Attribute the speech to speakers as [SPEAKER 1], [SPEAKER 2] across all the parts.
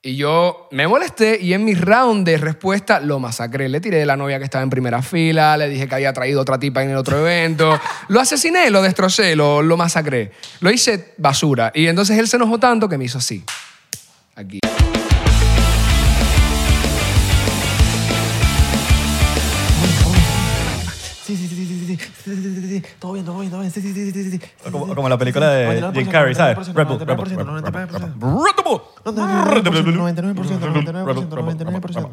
[SPEAKER 1] Y yo me molesté y en mi round de respuesta lo masacré. Le tiré de la novia que estaba en primera fila, le dije que había traído otra tipa en el otro evento. Lo asesiné, lo destrocé, lo, lo masacré. Lo hice basura. Y entonces él se enojó tanto que me hizo así. Aquí.
[SPEAKER 2] Sí, sí, sí, sí, sí, sí, sí, sí, sí, sí, todo bien, todo bien, todo bien, sí, sí, sí, sí, sí, sí, sí,
[SPEAKER 3] O Como, o como la película de Jim Carrey, ¿sabes? Red Bull, Red Bull, Red Bull, Red Bull, Red Bull. Red Bull.
[SPEAKER 2] 99%, 99%, 99%.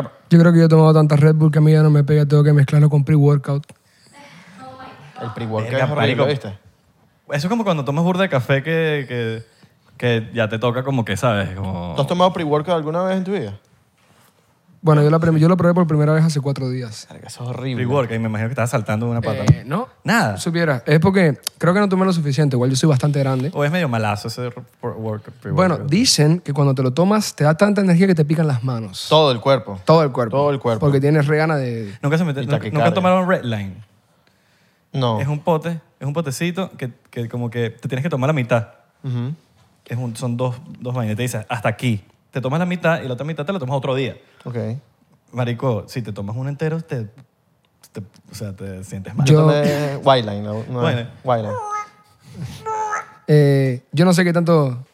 [SPEAKER 3] El
[SPEAKER 1] Yo creo que yo he tomado tantas Red Bull que a mí ya no me pega, tengo que mezclarlo con pre-workout.
[SPEAKER 2] El pre-workout
[SPEAKER 3] Verga,
[SPEAKER 2] es horrible,
[SPEAKER 3] marico.
[SPEAKER 2] ¿viste?
[SPEAKER 3] Eso es como cuando tomas burda de café que, que, que ya te toca como que, ¿sabes? Como...
[SPEAKER 2] ¿Tú has tomado pre-workout alguna vez en tu vida?
[SPEAKER 1] Bueno, yo, la prim- yo lo probé por primera vez hace cuatro días.
[SPEAKER 2] Verga, Eso es horrible.
[SPEAKER 3] Pre-work, y me imagino que estás saltando de una pata.
[SPEAKER 1] Eh, ¿No?
[SPEAKER 3] Nada.
[SPEAKER 1] Supiera. Es porque creo que no tomé lo suficiente. Igual yo soy bastante grande.
[SPEAKER 3] O es medio malazo ese re- por- work, pre-work.
[SPEAKER 1] Bueno, dicen que cuando te lo tomas te da tanta energía que te pican las manos.
[SPEAKER 2] Todo el cuerpo.
[SPEAKER 1] Todo el cuerpo.
[SPEAKER 2] Todo el cuerpo.
[SPEAKER 1] Porque tienes regana de...
[SPEAKER 3] nunca se mete-
[SPEAKER 2] y
[SPEAKER 3] nunca-
[SPEAKER 2] taquicardia.
[SPEAKER 3] nunca tomaron Red Line.
[SPEAKER 2] No.
[SPEAKER 3] Es un pote, es un potecito que, que como que te tienes que tomar la mitad.
[SPEAKER 2] Ujú.
[SPEAKER 3] Es un, son dos, dos vainas. Te dices, hasta aquí. Te tomas la mitad y la otra mitad te la tomas otro día.
[SPEAKER 2] Ok.
[SPEAKER 3] Marico, si te tomas uno entero, te, te- o sea, te sientes mal.
[SPEAKER 1] Yo-
[SPEAKER 2] Tomé White Line. no, no,
[SPEAKER 3] White Line.
[SPEAKER 2] White Line.
[SPEAKER 1] Eh, yo no sé qué tanto...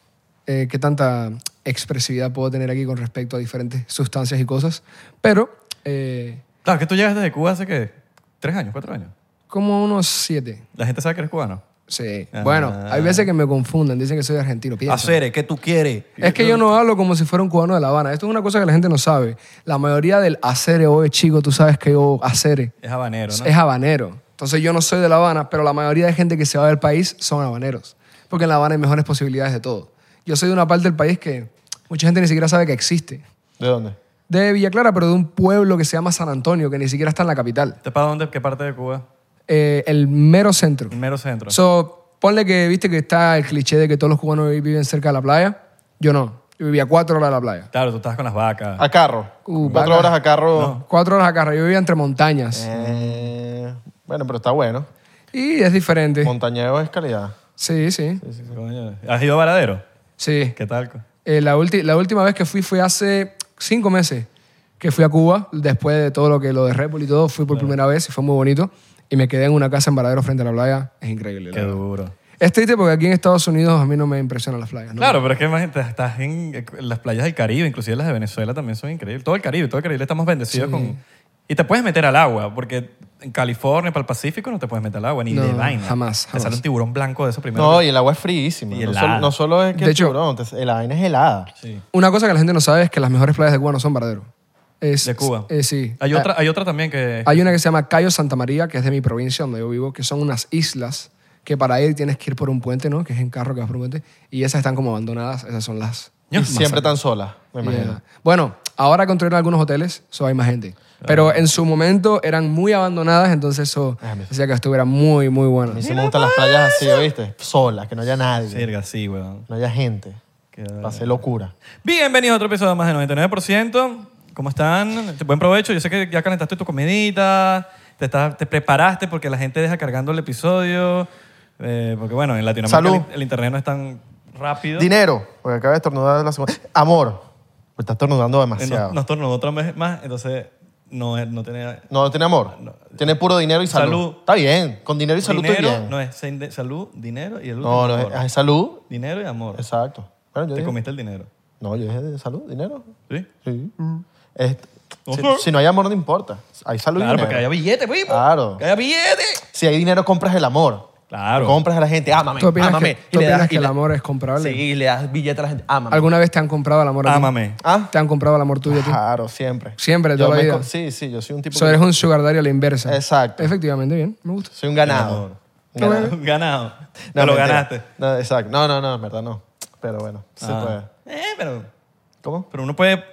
[SPEAKER 1] eh, qué tanta expresividad puedo tener aquí con respecto a diferentes sustancias y cosas. Pero eh,
[SPEAKER 3] Claro, que tú llegaste de Cuba hace, ¿qué? ¿Tres años? ¿Cuatro años?
[SPEAKER 1] como unos siete.
[SPEAKER 3] La gente sabe que eres cubano.
[SPEAKER 1] Sí.
[SPEAKER 3] Ah.
[SPEAKER 1] Bueno, hay veces que me confunden. Dicen que soy argentino. Piensa.
[SPEAKER 3] ¿qué tú quieres?
[SPEAKER 1] Es que yo no hablo como si fuera un cubano de La Habana. Esto es una cosa que la gente no sabe. La mayoría del acere o chico, tú sabes que yo acere.
[SPEAKER 3] Es habanero, ¿no?
[SPEAKER 1] es habanero. Entonces yo no soy de La Habana, pero la mayoría de gente que se va del país son habaneros. Porque en La Habana hay mejores posibilidades de todo. Yo soy de una parte del país que mucha gente ni siquiera sabe que existe.
[SPEAKER 2] ¿De dónde?
[SPEAKER 1] De Villa Clara, pero de un pueblo que se llama San Antonio, que ni siquiera está en la capital.
[SPEAKER 3] ¿Te ¿Este para dónde? ¿Qué parte de Cuba?
[SPEAKER 1] Eh, el mero centro.
[SPEAKER 3] El mero centro.
[SPEAKER 1] So, ponle que, viste que está el cliché de que todos los cubanos vi- viven cerca de la playa. Yo no. Yo vivía cuatro horas de la playa.
[SPEAKER 3] claro, tú estás con las vacas.
[SPEAKER 2] A carro.
[SPEAKER 1] Uh,
[SPEAKER 2] Cuatro
[SPEAKER 1] vaca.
[SPEAKER 2] horas a carro.
[SPEAKER 1] Cuatro horas acá, yo vivía entre montañas.
[SPEAKER 2] Eh, bueno, pero está bueno.
[SPEAKER 1] Y es diferente.
[SPEAKER 2] Montañeo es calidad.
[SPEAKER 1] Sí, sí.
[SPEAKER 3] Coño, ¿Has ido a Varadero?
[SPEAKER 1] Sí.
[SPEAKER 3] ¿Qué tal? co?
[SPEAKER 1] Eh, la, ulti- la última vez que fui fue hace cinco meses que fui a Cuba, después de todo lo que lo de Red Bull y todo, fui por primera vez y fue muy bonito. Y me quedé en una casa en Varadero frente a la playa. Es increíble. la
[SPEAKER 3] Qué
[SPEAKER 1] verdad.
[SPEAKER 3] duro.
[SPEAKER 1] Es triste porque aquí en Estados Unidos a mí no me impresionan las playas. ¿no?
[SPEAKER 3] Claro, pero es que imagínate, estás en eh, las playas del Caribe, inclusive las de Venezuela también son increíbles. Todo el Caribe, todo el Caribe estamos bendecidos con... Y te puedes meter al agua, porque en California, para el Pacífico, no te puedes meter al agua, ni
[SPEAKER 1] No,
[SPEAKER 3] de vaina.
[SPEAKER 1] jamás,
[SPEAKER 3] Te sale
[SPEAKER 1] jamás.
[SPEAKER 3] un tiburón blanco de eso primero.
[SPEAKER 2] No, y el agua es friísima.
[SPEAKER 3] Y
[SPEAKER 2] No
[SPEAKER 3] helada.
[SPEAKER 2] solo, no solo es que
[SPEAKER 1] De
[SPEAKER 2] el
[SPEAKER 1] hecho-
[SPEAKER 2] tiburón, te- la vaina es helada.
[SPEAKER 3] Sí.
[SPEAKER 1] Una cosa que la gente no sabe es que las mejores playas de Cuba no son Varadero. Es-
[SPEAKER 3] De Cuba.
[SPEAKER 1] eh, sí.
[SPEAKER 3] Hay
[SPEAKER 1] Ah,
[SPEAKER 3] otra, hay otra también que...
[SPEAKER 1] Hay una que se llama Cayo Santa María, que es de mi provincia donde yo vivo, que son unas islas que para ir tienes que ir por un puente, ¿no? Que es en carro que vas por un puente. Y esas están como abandonadas. Esas son las...
[SPEAKER 3] Ño,
[SPEAKER 2] Y
[SPEAKER 3] más
[SPEAKER 2] siempre
[SPEAKER 3] cerca.
[SPEAKER 2] tan sola, me imagino.
[SPEAKER 1] Yeah. Bueno, ahora construyeron algunos hoteles, eso hay más gente. Pero en su momento eran muy abandonadas, entonces eso
[SPEAKER 2] Ah, me-
[SPEAKER 1] decía que estuviera muy, muy
[SPEAKER 2] A
[SPEAKER 1] bueno.
[SPEAKER 2] mí sí me gustan las playas así, ¿oíste? Solas, que no haya nadie,
[SPEAKER 3] Verga, sí, weón.
[SPEAKER 2] no haya gente.
[SPEAKER 3] Qué
[SPEAKER 2] Para hacer locura.
[SPEAKER 3] Bienvenidos a otro episodio más de 99%. ¿Cómo están? Buen provecho. Yo sé que ya calentaste tu comidita, te, estás- te preparaste porque la gente deja cargando el episodio. eh, porque bueno, en Latinoamérica
[SPEAKER 2] Salud.
[SPEAKER 3] El, el internet no es tan rápido.
[SPEAKER 2] Dinero, porque acaba de estornudar la segunda. Amor, porque está estornudando
[SPEAKER 3] Eh,
[SPEAKER 2] demasiado.
[SPEAKER 3] Nos, nos tornó otra vez más, entonces no, es- no tiene...
[SPEAKER 2] No, no tiene amor. Tiene puro dinero y salud.
[SPEAKER 3] Salud.
[SPEAKER 2] Está bien. Con dinero y salud estoy
[SPEAKER 3] dinero,
[SPEAKER 2] bien.
[SPEAKER 3] no es sen- de- salud, dinero y el
[SPEAKER 2] no,
[SPEAKER 3] último
[SPEAKER 2] no,
[SPEAKER 3] amor.
[SPEAKER 2] es, es salud.
[SPEAKER 3] Dinero y amor.
[SPEAKER 2] Exacto. Bueno, yo
[SPEAKER 3] Te
[SPEAKER 2] dije-
[SPEAKER 3] comiste el dinero,
[SPEAKER 2] No, yo dije de salud, dinero.
[SPEAKER 3] ¿sí?
[SPEAKER 2] Sí.
[SPEAKER 3] Mm.
[SPEAKER 2] Es-
[SPEAKER 3] No
[SPEAKER 2] si,
[SPEAKER 3] sé.
[SPEAKER 2] si no hay amor, no importa. Hay salud
[SPEAKER 3] Claro,
[SPEAKER 2] y dinero.
[SPEAKER 3] porque haya billete, primo.
[SPEAKER 2] Claro.
[SPEAKER 3] Que haya billete.
[SPEAKER 2] Si hay dinero, compras el amor.
[SPEAKER 3] Claro.
[SPEAKER 2] Compras a la gente, ámame,
[SPEAKER 1] ¿Tú opinas
[SPEAKER 2] ámame.
[SPEAKER 1] que, tú opinas que el amor es
[SPEAKER 2] Sí,
[SPEAKER 1] comprable?
[SPEAKER 2] y le das billete a la gente, ámame.
[SPEAKER 1] ¿Alguna vez te han comprado el amor a ti?
[SPEAKER 3] Ámame.
[SPEAKER 2] ¿Ah?
[SPEAKER 1] ¿Te han comprado el amor tuyo a ti?
[SPEAKER 2] Claro, siempre.
[SPEAKER 1] Siempre,
[SPEAKER 2] Yo
[SPEAKER 1] toda la
[SPEAKER 2] me
[SPEAKER 1] vida.
[SPEAKER 2] co- Sí, sí, yo soy un tipo...
[SPEAKER 1] O
[SPEAKER 2] que-
[SPEAKER 1] sea, eres un sugar daddy a la inversa.
[SPEAKER 2] Exacto.
[SPEAKER 1] Efectivamente, bien, me gusta.
[SPEAKER 2] Soy un
[SPEAKER 3] El amor.
[SPEAKER 2] ganado. Un ganado.
[SPEAKER 3] Ganado. Te
[SPEAKER 2] No,
[SPEAKER 3] lo
[SPEAKER 2] mentira.
[SPEAKER 3] ganaste.
[SPEAKER 2] No, exacto. No, no, no, en verdad no. Pero bueno, se puede.
[SPEAKER 3] Ah. Eh, pero,
[SPEAKER 2] ¿Cómo?
[SPEAKER 3] pero uno puede...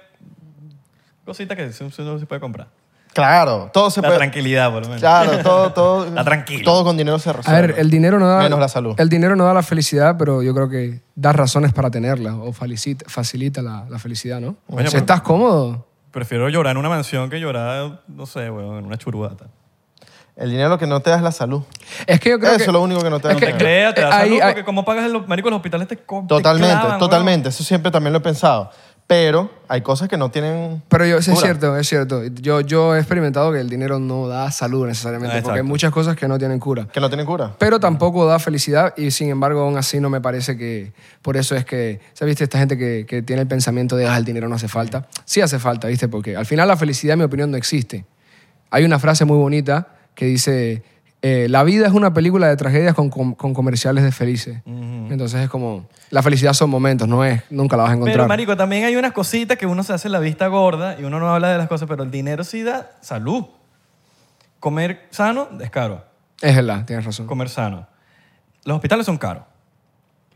[SPEAKER 3] Cositas que se- uno se puede comprar.
[SPEAKER 2] Claro, todo se
[SPEAKER 3] La
[SPEAKER 2] puede.
[SPEAKER 3] tranquilidad, por lo menos.
[SPEAKER 2] Claro, todo, todo.
[SPEAKER 3] La tranquila.
[SPEAKER 2] Todo con dinero se
[SPEAKER 1] A
[SPEAKER 2] resuelve.
[SPEAKER 1] ver, el dinero no da...
[SPEAKER 2] Menos la salud.
[SPEAKER 1] El dinero no da la felicidad, pero yo creo que da razones para tenerla o felicita, facilita la, la felicidad, ¿no?
[SPEAKER 3] Coño,
[SPEAKER 1] si
[SPEAKER 3] pero-
[SPEAKER 1] estás cómodo...
[SPEAKER 3] Prefiero llorar en una mansión que llorar, no sé, weón, en una churbata.
[SPEAKER 4] El dinero lo que no te da es la salud.
[SPEAKER 1] Es que yo creo
[SPEAKER 4] Eso
[SPEAKER 1] que...
[SPEAKER 4] es lo único que no te da
[SPEAKER 1] es
[SPEAKER 4] la
[SPEAKER 1] que-
[SPEAKER 4] pena.
[SPEAKER 3] Creo, te da
[SPEAKER 1] ahí-
[SPEAKER 3] salud,
[SPEAKER 1] ahí-
[SPEAKER 3] porque como pagas los médicos, los hospitales te co- te
[SPEAKER 4] Totalmente,
[SPEAKER 3] clavan, huevón.
[SPEAKER 4] totalmente. Eso siempre también lo he pensado. Pero hay cosas que no tienen.
[SPEAKER 1] Pero yo, sí, es
[SPEAKER 4] cura.
[SPEAKER 1] cierto, es cierto. Yo, yo he experimentado que el dinero no da salud necesariamente,
[SPEAKER 3] Ah,
[SPEAKER 1] porque hay
[SPEAKER 3] exacto.
[SPEAKER 1] muchas cosas que no tienen cura.
[SPEAKER 4] Que no tienen cura.
[SPEAKER 1] Pero tampoco da felicidad y sin embargo aún así no me parece que... Por eso es que, ¿sabes? viste? Esta gente que, que tiene el pensamiento de, ah, el dinero no hace falta. Sí hace falta, ¿viste? Porque al final la felicidad, en mi opinión, no existe. Hay una frase muy bonita que dice, eh, la vida es una película de tragedias con, com- con comerciales de felices. Entonces es como, la felicidad son momentos, no es, nunca la vas a encontrar.
[SPEAKER 3] Pero, marico, también hay unas cositas que uno se hace la vista gorda y uno no habla de las cosas, pero el dinero sí da salud. Comer sano es caro.
[SPEAKER 1] es verdad, tienes razón.
[SPEAKER 3] Comer sano. Los hospitales son caros.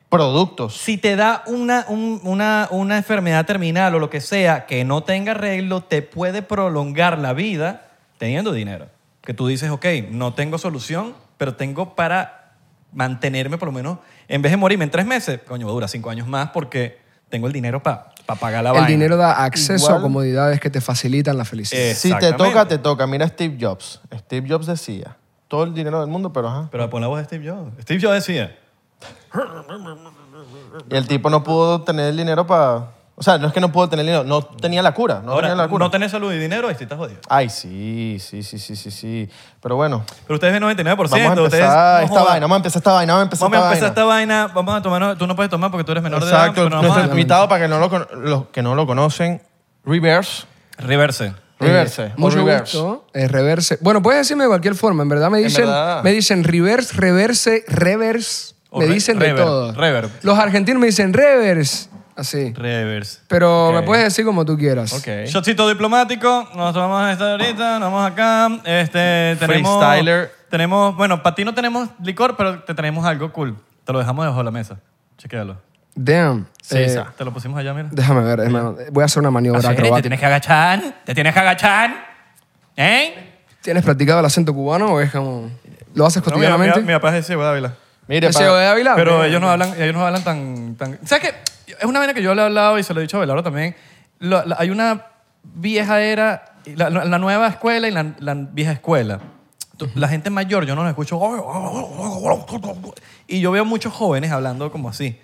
[SPEAKER 4] Productos.
[SPEAKER 3] Si te da una, un- una, una enfermedad terminal o lo que sea que no tenga arreglo, te puede prolongar la vida teniendo dinero. Que tú dices, ok, no tengo solución, pero tengo para mantenerme por lo menos, en vez de morirme en tres meses, coño, dura cinco años más porque tengo el dinero para pagar la
[SPEAKER 1] el
[SPEAKER 3] vaina.
[SPEAKER 1] dinero da acceso a
[SPEAKER 4] Igual-
[SPEAKER 1] comodidades que te facilitan la felicidad.
[SPEAKER 3] Eh.
[SPEAKER 4] Si te
[SPEAKER 3] Exactamente.
[SPEAKER 4] toca, te toca. Mira Steve Jobs. Steve Jobs decía: todo el dinero del mundo, pero ajá.
[SPEAKER 3] Pero pon la voz de Steve Jobs. Steve Jobs decía,
[SPEAKER 4] Y el tipo no pudo tener el dinero para. O sea, no es que no pudo tener dinero, no tenía la cura. No
[SPEAKER 3] ahora,
[SPEAKER 4] tenía la cura.
[SPEAKER 3] no tenés salud y dinero, ahí sí estás jodido.
[SPEAKER 4] Ay, sí, sí, sí, sí, sí, sí. Pero bueno,
[SPEAKER 3] Pero ustedes ven 99%.
[SPEAKER 4] vamos a empezar
[SPEAKER 3] ustedes, no
[SPEAKER 4] esta
[SPEAKER 3] jodan.
[SPEAKER 4] vaina, vamos a empezar esta vaina, vamos a empezar
[SPEAKER 3] Vamos a
[SPEAKER 4] esta
[SPEAKER 3] empezar
[SPEAKER 4] vaina.
[SPEAKER 3] esta vaina. Vamos a tomar. Tú no puedes tomar porque tú eres menor
[SPEAKER 4] Exacto,
[SPEAKER 3] de edad. pero vamos a-
[SPEAKER 4] nuestro invitado para que no lo, con- los que no lo conocen, Reverse.
[SPEAKER 3] Reverse.
[SPEAKER 4] Reverse. o
[SPEAKER 1] Eh, Mucho
[SPEAKER 4] reverse.
[SPEAKER 1] gusto. Eh, reverse. Bueno, puedes decirme de cualquier forma. En verdad me
[SPEAKER 4] En
[SPEAKER 1] dicen,
[SPEAKER 4] verdad.
[SPEAKER 1] Me dicen reverse, reverse, reverse.
[SPEAKER 3] O
[SPEAKER 1] me
[SPEAKER 3] re-
[SPEAKER 1] dicen de
[SPEAKER 3] reverb,
[SPEAKER 1] todo.
[SPEAKER 3] reverb.
[SPEAKER 1] Los argentinos me dicen reverse. Así.
[SPEAKER 3] Reverse.
[SPEAKER 1] Pero
[SPEAKER 3] Ok.
[SPEAKER 1] me puedes decir como tú quieras.
[SPEAKER 4] Ok.
[SPEAKER 3] Shotcito diplomático. Nos tomamos esta ahorita. Nos vamos acá. Este, tenemos,
[SPEAKER 4] Freestyler.
[SPEAKER 3] Tenemos. Bueno, para ti no tenemos licor, pero te tenemos algo cool. Te lo dejamos debajo de la mesa. Chequéalo.
[SPEAKER 1] Damn. Eh,
[SPEAKER 3] Te lo pusimos allá, mira.
[SPEAKER 1] déjame ver, hermano. Voy a hacer una maniobra
[SPEAKER 3] Así,
[SPEAKER 1] acrobática.
[SPEAKER 3] que agachar. Te tienes que agachar. ¿Eh?
[SPEAKER 1] ¿Tienes practicado el acento cubano o es como... ¿Lo haces
[SPEAKER 4] Pues,
[SPEAKER 3] No, mi- mi,
[SPEAKER 1] cotidianamente?
[SPEAKER 3] mi papá es de Ávila.
[SPEAKER 4] Mire,
[SPEAKER 1] ¿Ese
[SPEAKER 4] para-
[SPEAKER 1] de Eh, Ávila?
[SPEAKER 3] Pero
[SPEAKER 1] Bien.
[SPEAKER 3] ellos no hablan, ellos no hablan tan, tan... ¿Sabes qué? Es una vaina que yo le he hablado y se lo he dicho a Belardo también. Lo- la- hay una vieja era, y la, la nueva escuela y la, la vieja escuela. Tú- La gente mayor, yo no la escucho. Y yo veo muchos jóvenes hablando como así.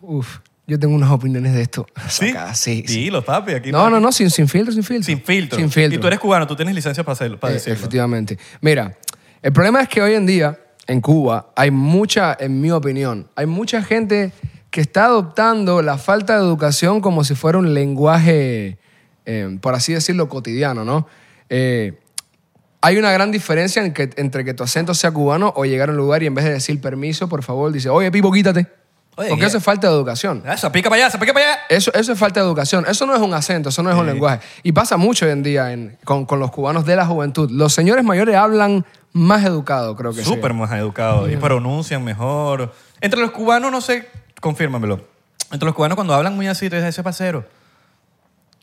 [SPEAKER 1] Uf, yo tengo unas opiniones de esto.
[SPEAKER 3] ¿Sí?
[SPEAKER 1] Sacadas, sí, sí.
[SPEAKER 3] Dilo, papi. Aquí
[SPEAKER 1] No, no, no, sin, sin filtro, sin filtro.
[SPEAKER 3] Sin filtro.
[SPEAKER 1] Sin filtro.
[SPEAKER 3] Y tú eres cubano, tú tienes licencia para hacerlo, para
[SPEAKER 1] Eh,
[SPEAKER 3] decirlo.
[SPEAKER 1] Efectivamente. Mira, el problema es que hoy en día, en Cuba, hay mucha, en mi opinión, hay mucha gente que está adoptando la falta de educación como si fuera un lenguaje, eh, por así decirlo, cotidiano, ¿no? Eh, hay una gran diferencia en que- entre que tu acento sea cubano o llegar a un lugar y en vez de decir permiso, por favor, dice, oye, Pipo, quítate.
[SPEAKER 3] Oye,
[SPEAKER 1] Porque
[SPEAKER 3] ya.
[SPEAKER 1] eso es falta de educación.
[SPEAKER 3] Ah, Se pica para allá, se pica para allá.
[SPEAKER 1] Eso, eso es falta de educación. Eso no es un acento, eso no es un lenguaje. Y pasa mucho hoy en día en- con, con los cubanos de la juventud. Los señores mayores hablan más educado, creo que sí.
[SPEAKER 3] Súper más educado. Y pronuncian mejor. Entre los cubanos, no sé, confírmamelo. Entre los cubanos, cuando hablan muy así, te dicen, ese es parcero.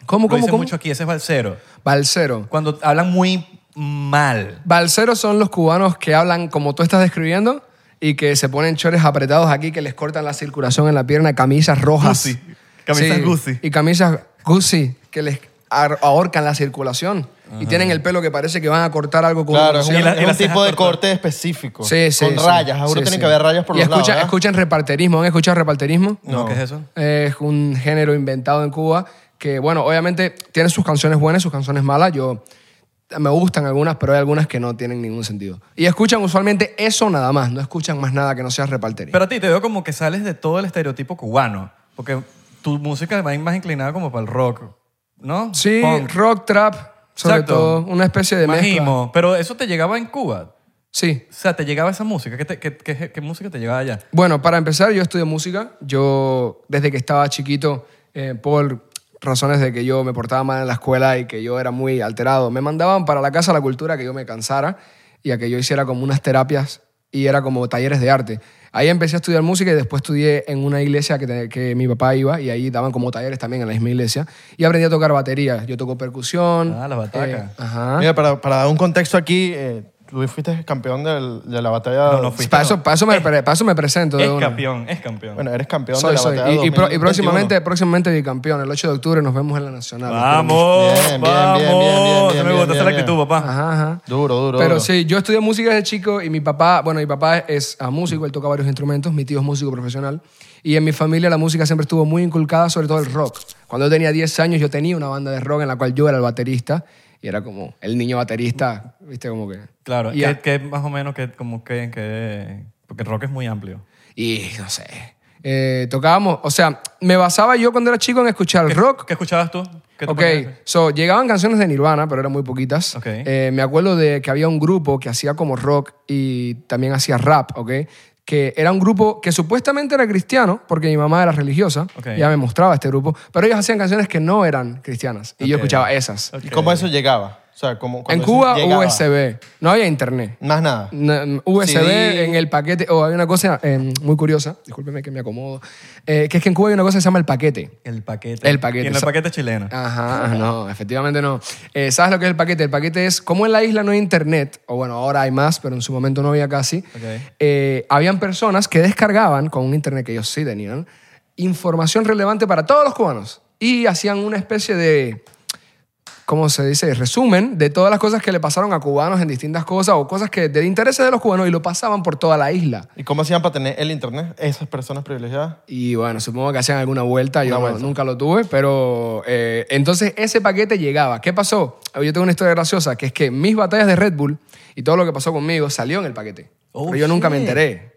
[SPEAKER 1] ¿Cómo,
[SPEAKER 3] Lo
[SPEAKER 1] cómo,
[SPEAKER 3] dicen
[SPEAKER 1] cómo?
[SPEAKER 3] mucho aquí, ese es balcero.
[SPEAKER 1] Balsero.
[SPEAKER 3] Cuando hablan muy mal.
[SPEAKER 1] Balseros son los cubanos que hablan como tú estás describiendo y que se ponen chores apretados aquí, que les cortan la circulación en la pierna, camisas rojas.
[SPEAKER 3] Gucci. Camisas Gucci.
[SPEAKER 1] Y camisas Gucci, que les ar- ahorcan la circulación. Y tienen el pelo que parece que van a cortar algo con
[SPEAKER 4] Claro, es un,
[SPEAKER 1] cuchillo.
[SPEAKER 3] Y la-
[SPEAKER 4] es
[SPEAKER 3] y
[SPEAKER 4] un
[SPEAKER 3] las
[SPEAKER 4] tipo
[SPEAKER 3] cejas
[SPEAKER 4] de
[SPEAKER 3] cortadas.
[SPEAKER 4] corte específico.
[SPEAKER 1] Sí, sí.
[SPEAKER 4] Con
[SPEAKER 1] sí.
[SPEAKER 4] rayas. Ahora
[SPEAKER 1] Sí,
[SPEAKER 4] tienen
[SPEAKER 1] sí.
[SPEAKER 4] que haber rayas por
[SPEAKER 1] y
[SPEAKER 4] los
[SPEAKER 1] escucha,
[SPEAKER 4] lados. ¿eh? ¿verdad?
[SPEAKER 1] Escuchan reparterismo. ¿Han escuchado reparterismo?
[SPEAKER 3] No, ¿qué es eso?
[SPEAKER 1] Es un género inventado en Cuba que, bueno, obviamente tiene sus canciones buenas y sus canciones malas. Yo me gustan algunas, pero hay algunas que no tienen ningún sentido. Y escuchan usualmente eso nada más. No escuchan más nada que no sea reparterismo.
[SPEAKER 3] Pero a ti te veo como que sales de todo el estereotipo cubano. Porque tu música va más inclinada como para el rock. ¿No?
[SPEAKER 1] sí,
[SPEAKER 3] Punk.
[SPEAKER 1] rock, trap, sobre
[SPEAKER 3] Exacto.
[SPEAKER 1] todo. Una especie de
[SPEAKER 3] Más
[SPEAKER 1] mezcla.
[SPEAKER 3] emo. Pero eso te llegaba en Cuba.
[SPEAKER 1] Sí.
[SPEAKER 3] O sea, te llegaba esa música. ¿Qué, te- qué- qué- qué música te llegaba allá?
[SPEAKER 1] Bueno, para empezar, yo estudio música. Yo, desde que estaba chiquito, eh, por razones de que yo me portaba mal en la escuela y que yo era muy alterado, me mandaban para la casa de la cultura a que yo me cansara y a que yo hiciera como unas terapias y era como talleres de arte. Ahí empecé a estudiar música y después estudié en una iglesia que, te- que mi papá iba y ahí daban como talleres también en la misma iglesia y aprendí a tocar batería. Yo toco percusión.
[SPEAKER 3] Ah, la bataca.
[SPEAKER 1] eh, ajá.
[SPEAKER 4] Mira, para, para dar un contexto aquí, eh, tú fuiste campeón del- de la batalla.
[SPEAKER 3] No, no fui.
[SPEAKER 1] Para eso, para eso me,
[SPEAKER 3] Es-
[SPEAKER 1] para eso me presento. de
[SPEAKER 3] Eh. Es
[SPEAKER 1] una.
[SPEAKER 3] campeón, es campeón.
[SPEAKER 4] Bueno, eres campeón de
[SPEAKER 1] Soy,
[SPEAKER 4] la
[SPEAKER 1] soy.
[SPEAKER 4] batalla.
[SPEAKER 1] Y, y pro- y
[SPEAKER 4] 2021.
[SPEAKER 1] próximamente, próximamente bicampeón. El 8 de octubre nos vemos en la Nacional.
[SPEAKER 3] Vamos,
[SPEAKER 4] Bien, bien,
[SPEAKER 3] vamos.
[SPEAKER 4] bien, bien, bien,
[SPEAKER 3] Eso me
[SPEAKER 4] bien,
[SPEAKER 3] gusta,
[SPEAKER 4] bien,
[SPEAKER 3] esa es la
[SPEAKER 4] bien.
[SPEAKER 3] actitud, papá.
[SPEAKER 1] Ajá, ajá.
[SPEAKER 4] Duro, duro.
[SPEAKER 1] Pero
[SPEAKER 4] duro.
[SPEAKER 1] sí, yo estudié música desde chico y mi papá, bueno, mi papá es ah, músico, él toca varios instrumentos, mi tío es músico profesional. Y en mi familia la música siempre estuvo muy inculcada, sobre todo el rock. Cuando yo tenía 10 años yo tenía una banda de rock en la cual yo era el baterista y era como el niño baterista, viste, como que...
[SPEAKER 3] Claro,
[SPEAKER 1] Y,
[SPEAKER 3] que, que más o menos que como que, que- porque el rock es muy amplio.
[SPEAKER 1] y no sé, eh, tocábamos, o sea, me basaba yo cuando era chico en escuchar rock.
[SPEAKER 3] ¿Qué escuchabas tú? ¿Qué te
[SPEAKER 1] Ok,
[SPEAKER 3] ponías?
[SPEAKER 1] so, llegaban canciones de Nirvana, pero eran muy poquitas.
[SPEAKER 3] Ok.
[SPEAKER 1] Eh, me acuerdo de que había un grupo que hacía como rock y también hacía rap, ¿ok? Que era un grupo que supuestamente era cristiano, porque mi mamá era religiosa,
[SPEAKER 3] Ok.
[SPEAKER 1] ya me mostraba este grupo, pero ellos hacían canciones que no eran cristianas y yo
[SPEAKER 3] Ok.
[SPEAKER 1] escuchaba esas.
[SPEAKER 3] Ok.
[SPEAKER 4] ¿Y cómo eso llegaba? O sea, ¿cómo,
[SPEAKER 1] En
[SPEAKER 4] cuando eso
[SPEAKER 1] Cuba,
[SPEAKER 4] llegaba?
[SPEAKER 1] USB. No había internet.
[SPEAKER 4] Más nada.
[SPEAKER 1] No, USB
[SPEAKER 4] CD.
[SPEAKER 1] en el paquete, o hay una cosa eh, muy curiosa, discúlpeme que me acomodo, eh, que es que en Cuba hay una cosa que se llama el paquete.
[SPEAKER 3] El paquete.
[SPEAKER 1] El paquete.
[SPEAKER 3] Y en el
[SPEAKER 1] Sa- Ah,
[SPEAKER 3] paquete chileno.
[SPEAKER 1] Ajá, no, efectivamente no. Eh, ¿Sabes lo que es el paquete? El paquete es, como en la isla no hay internet, o bueno, ahora hay más, pero en su momento no había casi,
[SPEAKER 3] Ok.
[SPEAKER 1] eh, habían personas que descargaban, con un internet que ellos sí tenían, información relevante para todos los cubanos y hacían una especie de, ¿cómo se dice?, resumen de todas las cosas que le pasaron a cubanos en distintas cosas o cosas que de interés de los cubanos y lo pasaban por toda la isla.
[SPEAKER 4] ¿Y cómo hacían para tener el internet esas personas privilegiadas?
[SPEAKER 1] Y bueno, supongo que hacían alguna vuelta, yo
[SPEAKER 4] Una
[SPEAKER 1] no-
[SPEAKER 4] vuelta.
[SPEAKER 1] nunca lo tuve, pero eh, entonces ese paquete llegaba. ¿Qué pasó? Yo tengo una historia graciosa, que es que mis batallas de Red Bull y todo lo que pasó conmigo salió en el paquete.
[SPEAKER 3] Oh,
[SPEAKER 1] pero yo nunca me
[SPEAKER 3] shit.
[SPEAKER 1] enteré.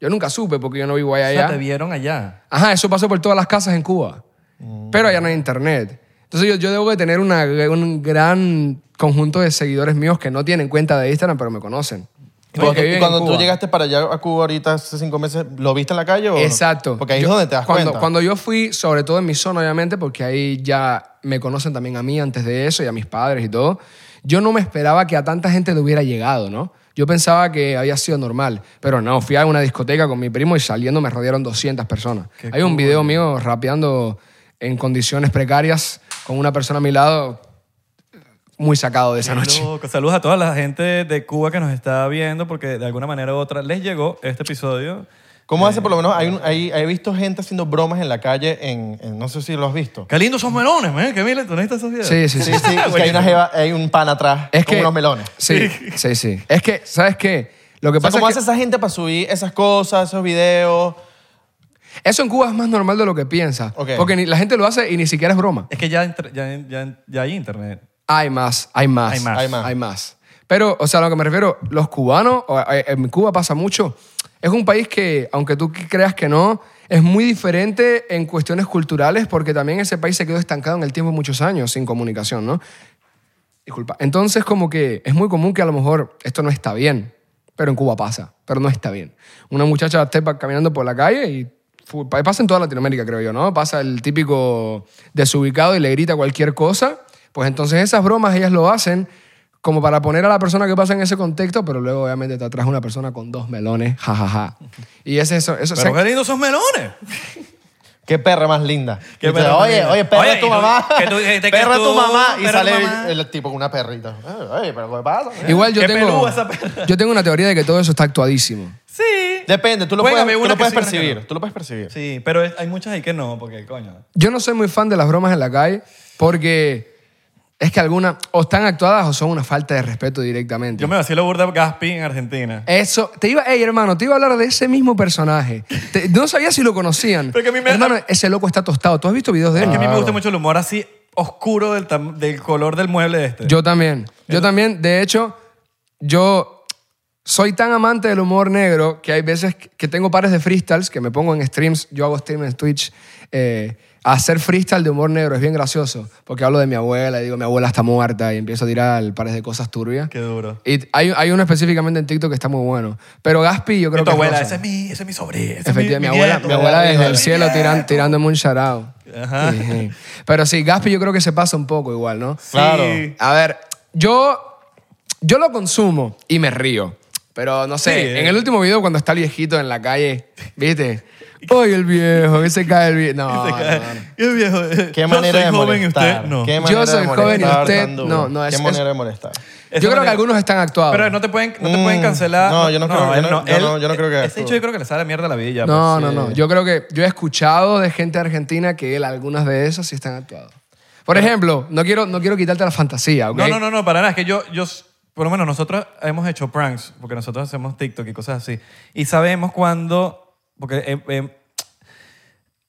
[SPEAKER 1] Yo nunca supe porque yo no vivo allá.
[SPEAKER 3] O sea,
[SPEAKER 1] allá.
[SPEAKER 3] te vieron allá.
[SPEAKER 1] Ajá, eso pasó por todas las casas en Cuba.
[SPEAKER 4] Mm.
[SPEAKER 1] Pero allá no hay internet. Entonces yo, yo debo de tener una- un gran conjunto de seguidores míos que no tienen cuenta de Instagram, pero me conocen.
[SPEAKER 4] Y cuando,
[SPEAKER 1] Porque
[SPEAKER 4] tú- y
[SPEAKER 1] viven en
[SPEAKER 4] cuando tú
[SPEAKER 1] Cuba.
[SPEAKER 4] llegaste para allá a Cuba ahorita hace cinco meses, ¿lo viste en la calle o no?
[SPEAKER 1] Exacto.
[SPEAKER 4] Porque ahí
[SPEAKER 1] Yo-
[SPEAKER 4] es donde te das
[SPEAKER 1] cuando,
[SPEAKER 4] cuenta.
[SPEAKER 1] Cuando yo fui, sobre todo en mi zona, obviamente, porque ahí ya me conocen también a mí antes de eso y a mis padres y todo, yo no me esperaba que a tanta gente le hubiera llegado, ¿no? Yo pensaba que había sido normal, pero no, fui a una discoteca con mi primo y saliendo me rodearon 200 personas.
[SPEAKER 3] Qué
[SPEAKER 1] Hay un video mío rapeando en condiciones precarias con una persona a mi lado muy sacado de esa noche.
[SPEAKER 3] Loco, Saludos a toda la gente de Cuba que nos está viendo porque de alguna manera u otra les llegó este episodio.
[SPEAKER 4] ¿Cómo hace por lo menos? Hay, un- hay- he visto gente haciendo bromas en la calle, en, en- no sé si lo has visto.
[SPEAKER 3] Qué lindos son melones, man. Qué mil, tú necesitas esos videos.
[SPEAKER 1] Sí, sí,
[SPEAKER 4] Sí,
[SPEAKER 1] sí.
[SPEAKER 4] sí, es que hay, una jeva- hay un pan atrás
[SPEAKER 1] Es
[SPEAKER 4] con
[SPEAKER 1] que-
[SPEAKER 4] unos melones.
[SPEAKER 1] Sí, sí, sí. Es que, ¿sabes qué? Lo que
[SPEAKER 4] O sea,
[SPEAKER 1] pasa
[SPEAKER 4] ¿Cómo
[SPEAKER 1] es que...
[SPEAKER 4] hace esa gente para subir esas cosas, esos videos?
[SPEAKER 1] Eso en Cuba es más normal de lo que piensas.
[SPEAKER 4] Ok.
[SPEAKER 1] Porque ni- la gente lo hace y ni siquiera es broma.
[SPEAKER 3] Es que ya, entre- ya, ya, ya hay internet.
[SPEAKER 1] Hay más, hay más.
[SPEAKER 3] Hay más.
[SPEAKER 4] Hay más.
[SPEAKER 1] más. Pero, o sea, a lo que me refiero, los cubanos, o, eh, en Cuba pasa mucho, es un país que, aunque tú creas que no, es muy diferente en cuestiones culturales porque también ese país se quedó estancado en el tiempo muchos años sin comunicación, ¿no? Disculpa. Entonces, como que es muy común que a lo mejor esto no está bien, pero en Cuba pasa, pero no está bien. Una muchacha esté pa- caminando por la calle y fu- pa- pasa en toda Latinoamérica, creo yo, ¿no? Pasa el típico desubicado y le grita cualquier cosa. Pues entonces esas bromas ellas lo hacen como para poner a la persona que pasa en ese contexto, pero luego obviamente te atrás una persona con dos melones, jajaja. Y es eso, eso
[SPEAKER 3] Pero
[SPEAKER 1] se-
[SPEAKER 3] qué lindos son melones.
[SPEAKER 4] Qué perra más linda.
[SPEAKER 3] Qué
[SPEAKER 4] Y te-
[SPEAKER 3] perra más
[SPEAKER 4] oye,
[SPEAKER 3] linda.
[SPEAKER 4] oye, perra
[SPEAKER 3] Oye,
[SPEAKER 4] es tu
[SPEAKER 3] y tú-
[SPEAKER 4] mamá.
[SPEAKER 3] que tú- que te- que
[SPEAKER 4] perra es tu
[SPEAKER 3] tú-
[SPEAKER 4] mamá. Y
[SPEAKER 3] perra es tu
[SPEAKER 4] sale el-
[SPEAKER 3] mamá.
[SPEAKER 4] el tipo con una perrita. Eh, Oye, pero ¿qué pasa?
[SPEAKER 1] Igual yo
[SPEAKER 3] Qué
[SPEAKER 1] tengo,
[SPEAKER 3] peluda esa perra.
[SPEAKER 1] yo tengo una teoría de que todo eso está actuadísimo.
[SPEAKER 3] Sí.
[SPEAKER 4] Depende, tú lo
[SPEAKER 3] Juégame
[SPEAKER 4] puedes, tú
[SPEAKER 3] una
[SPEAKER 4] lo
[SPEAKER 3] que
[SPEAKER 4] puedes
[SPEAKER 3] sí, una que
[SPEAKER 4] percibir.
[SPEAKER 3] no.
[SPEAKER 4] Tú lo puedes percibir.
[SPEAKER 3] Sí, pero es- hay muchas ahí que no, porque coño.
[SPEAKER 1] Yo no soy muy fan de las bromas en la calle porque es que algunas o están actuadas o son una falta de respeto directamente.
[SPEAKER 3] Yo me vacilo burda Gaspi en Argentina.
[SPEAKER 1] Eso, te iba, hey hermano, te iba a hablar de ese mismo personaje. Te- no sabía si lo conocían.
[SPEAKER 3] Pero que a mí me-
[SPEAKER 1] hermano, ese loco está tostado. ¿Tú has visto videos de
[SPEAKER 3] Es
[SPEAKER 1] él?
[SPEAKER 3] que a mí me gusta mucho el humor así oscuro del, tam- del color del mueble este.
[SPEAKER 1] Yo también. Yo también, de hecho, yo soy tan amante del humor negro que hay veces que tengo pares de freestyles que me pongo en streams, yo hago stream en Twitch, eh, a hacer freestyle de humor negro es bien gracioso, porque hablo de mi abuela y digo, mi abuela está muerta y empiezo a tirar pares de cosas turbias.
[SPEAKER 3] Qué duro.
[SPEAKER 1] Y hay, hay uno específicamente en TikTok que está muy bueno. Pero Gaspi, yo creo
[SPEAKER 3] Y tu
[SPEAKER 1] que... es
[SPEAKER 3] abuela,
[SPEAKER 1] rosa.
[SPEAKER 3] ese es mi, ese es mi sobrino. ese es mi,
[SPEAKER 1] Efectivamente, mi,
[SPEAKER 3] mi
[SPEAKER 1] abuela,
[SPEAKER 3] nieto.
[SPEAKER 1] mi abuela desde el
[SPEAKER 3] Mi
[SPEAKER 1] cielo
[SPEAKER 3] nieto.
[SPEAKER 1] tiran- tirándome un charao.
[SPEAKER 3] Ajá.
[SPEAKER 1] Pero sí, Gaspi yo creo que se pasa un poco igual, ¿no?
[SPEAKER 3] Sí.
[SPEAKER 4] Claro.
[SPEAKER 1] A ver, yo, yo lo consumo y me río. Pero no sé,
[SPEAKER 3] Sí, eh.
[SPEAKER 1] en el último video cuando está el viejito en la calle, ¿viste? ¡Ay, el viejo! Que se cae el viejo. No, no, no.
[SPEAKER 3] Y el viejo. eh,
[SPEAKER 4] Qué
[SPEAKER 3] yo
[SPEAKER 4] manera
[SPEAKER 3] soy
[SPEAKER 4] de
[SPEAKER 3] joven y
[SPEAKER 4] molestar.
[SPEAKER 3] usted no.
[SPEAKER 4] Qué
[SPEAKER 1] Yo
[SPEAKER 4] manera de
[SPEAKER 1] soy joven y
[SPEAKER 4] molestar
[SPEAKER 1] usted-
[SPEAKER 4] tan duro.
[SPEAKER 1] no, no, es-
[SPEAKER 4] Qué
[SPEAKER 1] es-
[SPEAKER 4] manera de molestar.
[SPEAKER 3] Esa
[SPEAKER 1] Yo creo que
[SPEAKER 3] manera-
[SPEAKER 1] algunos están actuados.
[SPEAKER 3] Pero no te pueden, no te
[SPEAKER 4] Mm,
[SPEAKER 3] pueden cancelar.
[SPEAKER 4] no, yo no creo- yo
[SPEAKER 3] él e-,
[SPEAKER 4] no- yo no- yo no creo que-
[SPEAKER 3] Ese hecho yo creo que le sale mierda a la villa.
[SPEAKER 1] No,
[SPEAKER 3] pues.
[SPEAKER 1] no, no. Yo creo que yo he escuchado de gente argentina que él- algunas de esas sí están actuadas. Por ejemplo, no quiero, no quiero quitarte la fantasía, ¿ok?
[SPEAKER 3] No, no, no, no, para nada. Es que yo, yo, por lo menos nosotros hemos hecho pranks, porque nosotros hacemos TikTok y cosas así. Y sabemos cuando, porque eh, eh,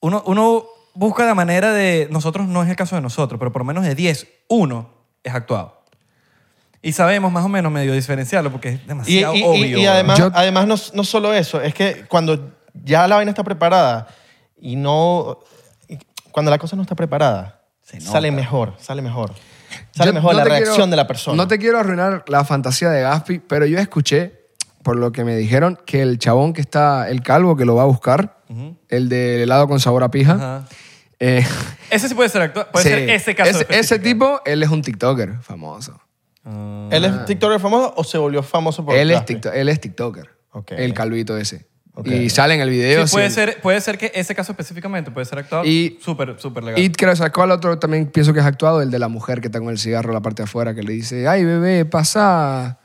[SPEAKER 3] uno, uno busca la manera de, nosotros no es el caso de nosotros, pero por lo menos de 10, uno es actuado. Y sabemos más o menos medio diferenciarlo porque es
[SPEAKER 4] Y,
[SPEAKER 3] demasiado
[SPEAKER 4] y- y-
[SPEAKER 3] obvio.
[SPEAKER 4] y además,
[SPEAKER 1] Yo-
[SPEAKER 4] además no, no solo eso, es que cuando ya la vaina está preparada y no... y Cuando la cosa no está preparada, sale mejor, sale mejor. Sale
[SPEAKER 1] Yo
[SPEAKER 4] mejor
[SPEAKER 1] no
[SPEAKER 4] la
[SPEAKER 1] te quiero-
[SPEAKER 4] reacción de la persona.
[SPEAKER 1] No te quiero arruinar la fantasía de Gaspi, pero yo escuché, por lo que me dijeron, que el chabón que está, el calvo que lo va a buscar, el del helado con sabor a pija,
[SPEAKER 3] Ajá.
[SPEAKER 1] eh,
[SPEAKER 3] Ese sí puede ser actuado. Puede
[SPEAKER 1] sí,
[SPEAKER 3] ser ese caso.
[SPEAKER 1] Ese, ese
[SPEAKER 3] específico.
[SPEAKER 1] tipo, él es un TikToker famoso.
[SPEAKER 3] Ah.
[SPEAKER 4] ¿Él es TikToker famoso o se volvió famoso por
[SPEAKER 1] Él es,
[SPEAKER 4] Gaspi?
[SPEAKER 1] tikto- él es TikToker.
[SPEAKER 4] Ok.
[SPEAKER 1] El calvito ese.
[SPEAKER 4] Ok.
[SPEAKER 1] Y sale en el video.
[SPEAKER 3] Sí, puede,
[SPEAKER 1] sí.
[SPEAKER 3] ser, puede ser que ese caso específicamente puede ser actuado
[SPEAKER 1] Y-
[SPEAKER 3] súper, súper legal.
[SPEAKER 1] Y creo, sacó al otro, también pienso que es actuado, el de la mujer que está con el cigarro en la parte de afuera, que le dice, ay, bebé, pasa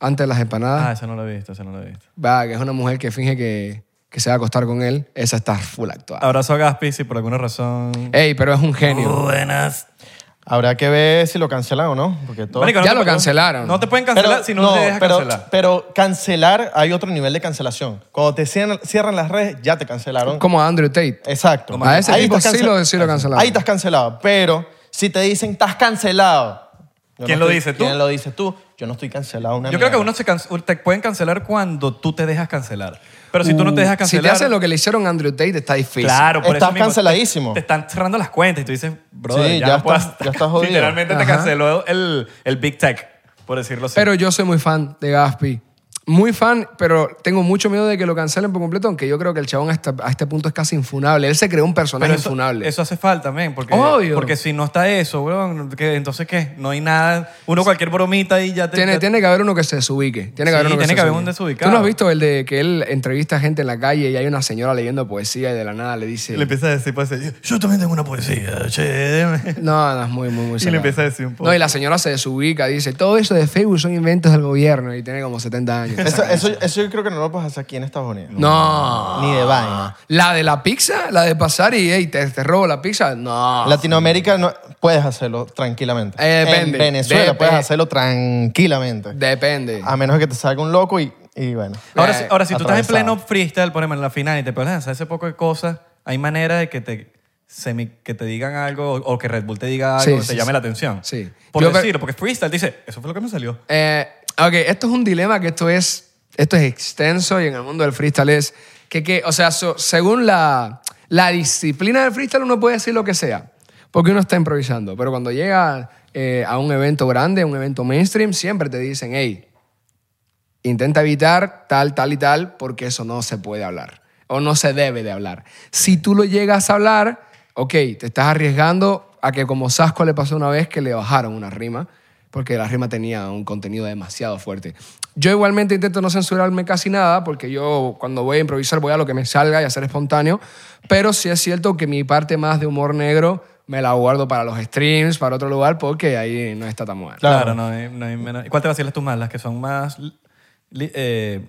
[SPEAKER 1] antes de las empanadas.
[SPEAKER 3] ah, ese no lo he visto, ese no lo he visto.
[SPEAKER 1] Va, que es una mujer que finge que, que se va a acostar con él. Esa está full actuada.
[SPEAKER 3] Abrazo a Gaspi si por alguna razón.
[SPEAKER 1] Ey, pero es un genio.
[SPEAKER 3] Buenas.
[SPEAKER 4] Habrá que ver si lo cancelan o no, porque todo...
[SPEAKER 3] Marico,
[SPEAKER 1] Ya
[SPEAKER 3] te
[SPEAKER 1] lo
[SPEAKER 3] pueden-
[SPEAKER 1] cancelaron.
[SPEAKER 3] No te pueden cancelar si no, te dejas
[SPEAKER 4] pero,
[SPEAKER 3] cancelar.
[SPEAKER 4] pero cancelar, hay otro nivel de cancelación. Cuando te cierran, cierran las redes, ya te cancelaron.
[SPEAKER 1] Como Andrew Tate.
[SPEAKER 4] Exacto.
[SPEAKER 1] A ese tipo
[SPEAKER 4] estás
[SPEAKER 1] sí
[SPEAKER 4] cancel-
[SPEAKER 1] lo- sí lo cancelaron.
[SPEAKER 4] Ahí estás cancelado. Pero si te dicen, estás cancelado. yo
[SPEAKER 3] ¿Quién lo
[SPEAKER 4] estoy-
[SPEAKER 3] dice, tú?
[SPEAKER 4] ¿Quién lo dice tú? Yo no estoy cancelado. Una
[SPEAKER 3] Yo creo que
[SPEAKER 4] mierda.
[SPEAKER 3] uno se can- te pueden cancelar cuando tú te dejas cancelar. Pero si tú no te dejas
[SPEAKER 1] Uh, Si
[SPEAKER 3] cancelar.
[SPEAKER 1] te hacen lo que le hicieron a Andrew Tate, está difícil.
[SPEAKER 3] Claro, por
[SPEAKER 4] Estás
[SPEAKER 3] eso mismo,
[SPEAKER 4] canceladísimo.
[SPEAKER 3] Te, te están cerrando las cuentas y tú dices, bro,
[SPEAKER 4] Sí,
[SPEAKER 3] ya,
[SPEAKER 4] ya
[SPEAKER 3] no
[SPEAKER 4] estás-
[SPEAKER 3] puedes-
[SPEAKER 4] ya estás jodido.
[SPEAKER 3] Literalmente te
[SPEAKER 1] Ajá.
[SPEAKER 3] canceló el, el Big Tech, por decirlo así.
[SPEAKER 1] Pero yo soy muy fan de Gaspi. Muy fan, pero tengo mucho miedo de que lo cancelen por completo, aunque yo creo que el chabón hasta, a este punto es casi infunable. Él se creó un personaje
[SPEAKER 3] Pero eso,
[SPEAKER 1] infunable.
[SPEAKER 3] eso hace falta, men, porque,
[SPEAKER 1] Obvio.
[SPEAKER 3] porque si no está eso, weón, que, entonces ¿qué? No hay nada, uno cualquier bromita y ya te...
[SPEAKER 1] tiene,
[SPEAKER 3] ya-
[SPEAKER 1] tiene que haber uno que se desubique. Tiene que
[SPEAKER 3] Sí,
[SPEAKER 1] haber uno que
[SPEAKER 3] tiene
[SPEAKER 1] se
[SPEAKER 3] que haber
[SPEAKER 1] desubique.
[SPEAKER 3] un desubicado.
[SPEAKER 1] ¿Tú no has visto el de que él entrevista a gente en la calle y hay una señora leyendo poesía y de la nada le dice...
[SPEAKER 3] Le empieza a decir, pues, yo también tengo una poesía, che, déjame".
[SPEAKER 1] No, no, es muy, muy, muy
[SPEAKER 3] Y le
[SPEAKER 1] salado.
[SPEAKER 3] empieza a decir un poco.
[SPEAKER 1] No, y la señora se desubica, dice, todo eso de Facebook son inventos del gobierno y tiene como 70 años.
[SPEAKER 4] Eso, eso, eso yo creo que no lo puedes hacer aquí en Estados Unidos.
[SPEAKER 1] no.
[SPEAKER 4] Ni de vaina.
[SPEAKER 1] La de la pizza, la de pasar y "Ey, te, te robo la pizza, no.
[SPEAKER 4] Latinoamérica no, puedes hacerlo tranquilamente.
[SPEAKER 1] Eh, depende.
[SPEAKER 4] En Venezuela
[SPEAKER 1] Dep-
[SPEAKER 4] puedes hacerlo tranquilamente.
[SPEAKER 1] Depende.
[SPEAKER 4] A menos que te salga un loco y, y bueno.
[SPEAKER 3] Ahora,
[SPEAKER 1] Eh,
[SPEAKER 3] si- ahora si tú estás en
[SPEAKER 4] atravesado.
[SPEAKER 3] pleno freestyle, por ejemplo, en la final y te puedes lanzar ese poco de cosas, hay manera de que te, semi- que te digan algo o, o que Red Bull te diga algo
[SPEAKER 1] Sí,
[SPEAKER 3] que
[SPEAKER 1] sí,
[SPEAKER 3] te llame
[SPEAKER 1] sí.
[SPEAKER 3] la atención.
[SPEAKER 1] Sí.
[SPEAKER 3] Por
[SPEAKER 1] Yo, pero-
[SPEAKER 3] decirlo, porque freestyle dice, eso fue lo que me salió.
[SPEAKER 1] Eh, ok, esto es un dilema que esto es, esto es extenso y en el mundo del freestyle es que, que o sea, so- según la, la disciplina del freestyle uno puede decir lo que sea, porque uno está improvisando, pero cuando llega eh, a un evento grande, a un evento mainstream, siempre te dicen, hey, intenta evitar tal, tal y tal, porque eso no se puede hablar o no se debe de hablar. Si tú lo llegas a hablar, ok, te estás arriesgando a que como Sasco le pasó una vez que le bajaron una rima, porque la rima tenía un contenido demasiado fuerte. Yo igualmente intento no censurarme casi nada, porque yo cuando voy a improvisar voy a lo que me salga y a ser espontáneo, pero sí es cierto que mi parte más de humor negro me la guardo para los streams, para otro lugar, porque ahí no está tan bueno.
[SPEAKER 3] Claro, no, hay, no hay menos- ¿Y ¿Cuál te vacilas tú más? ¿Las que son más. li- eh,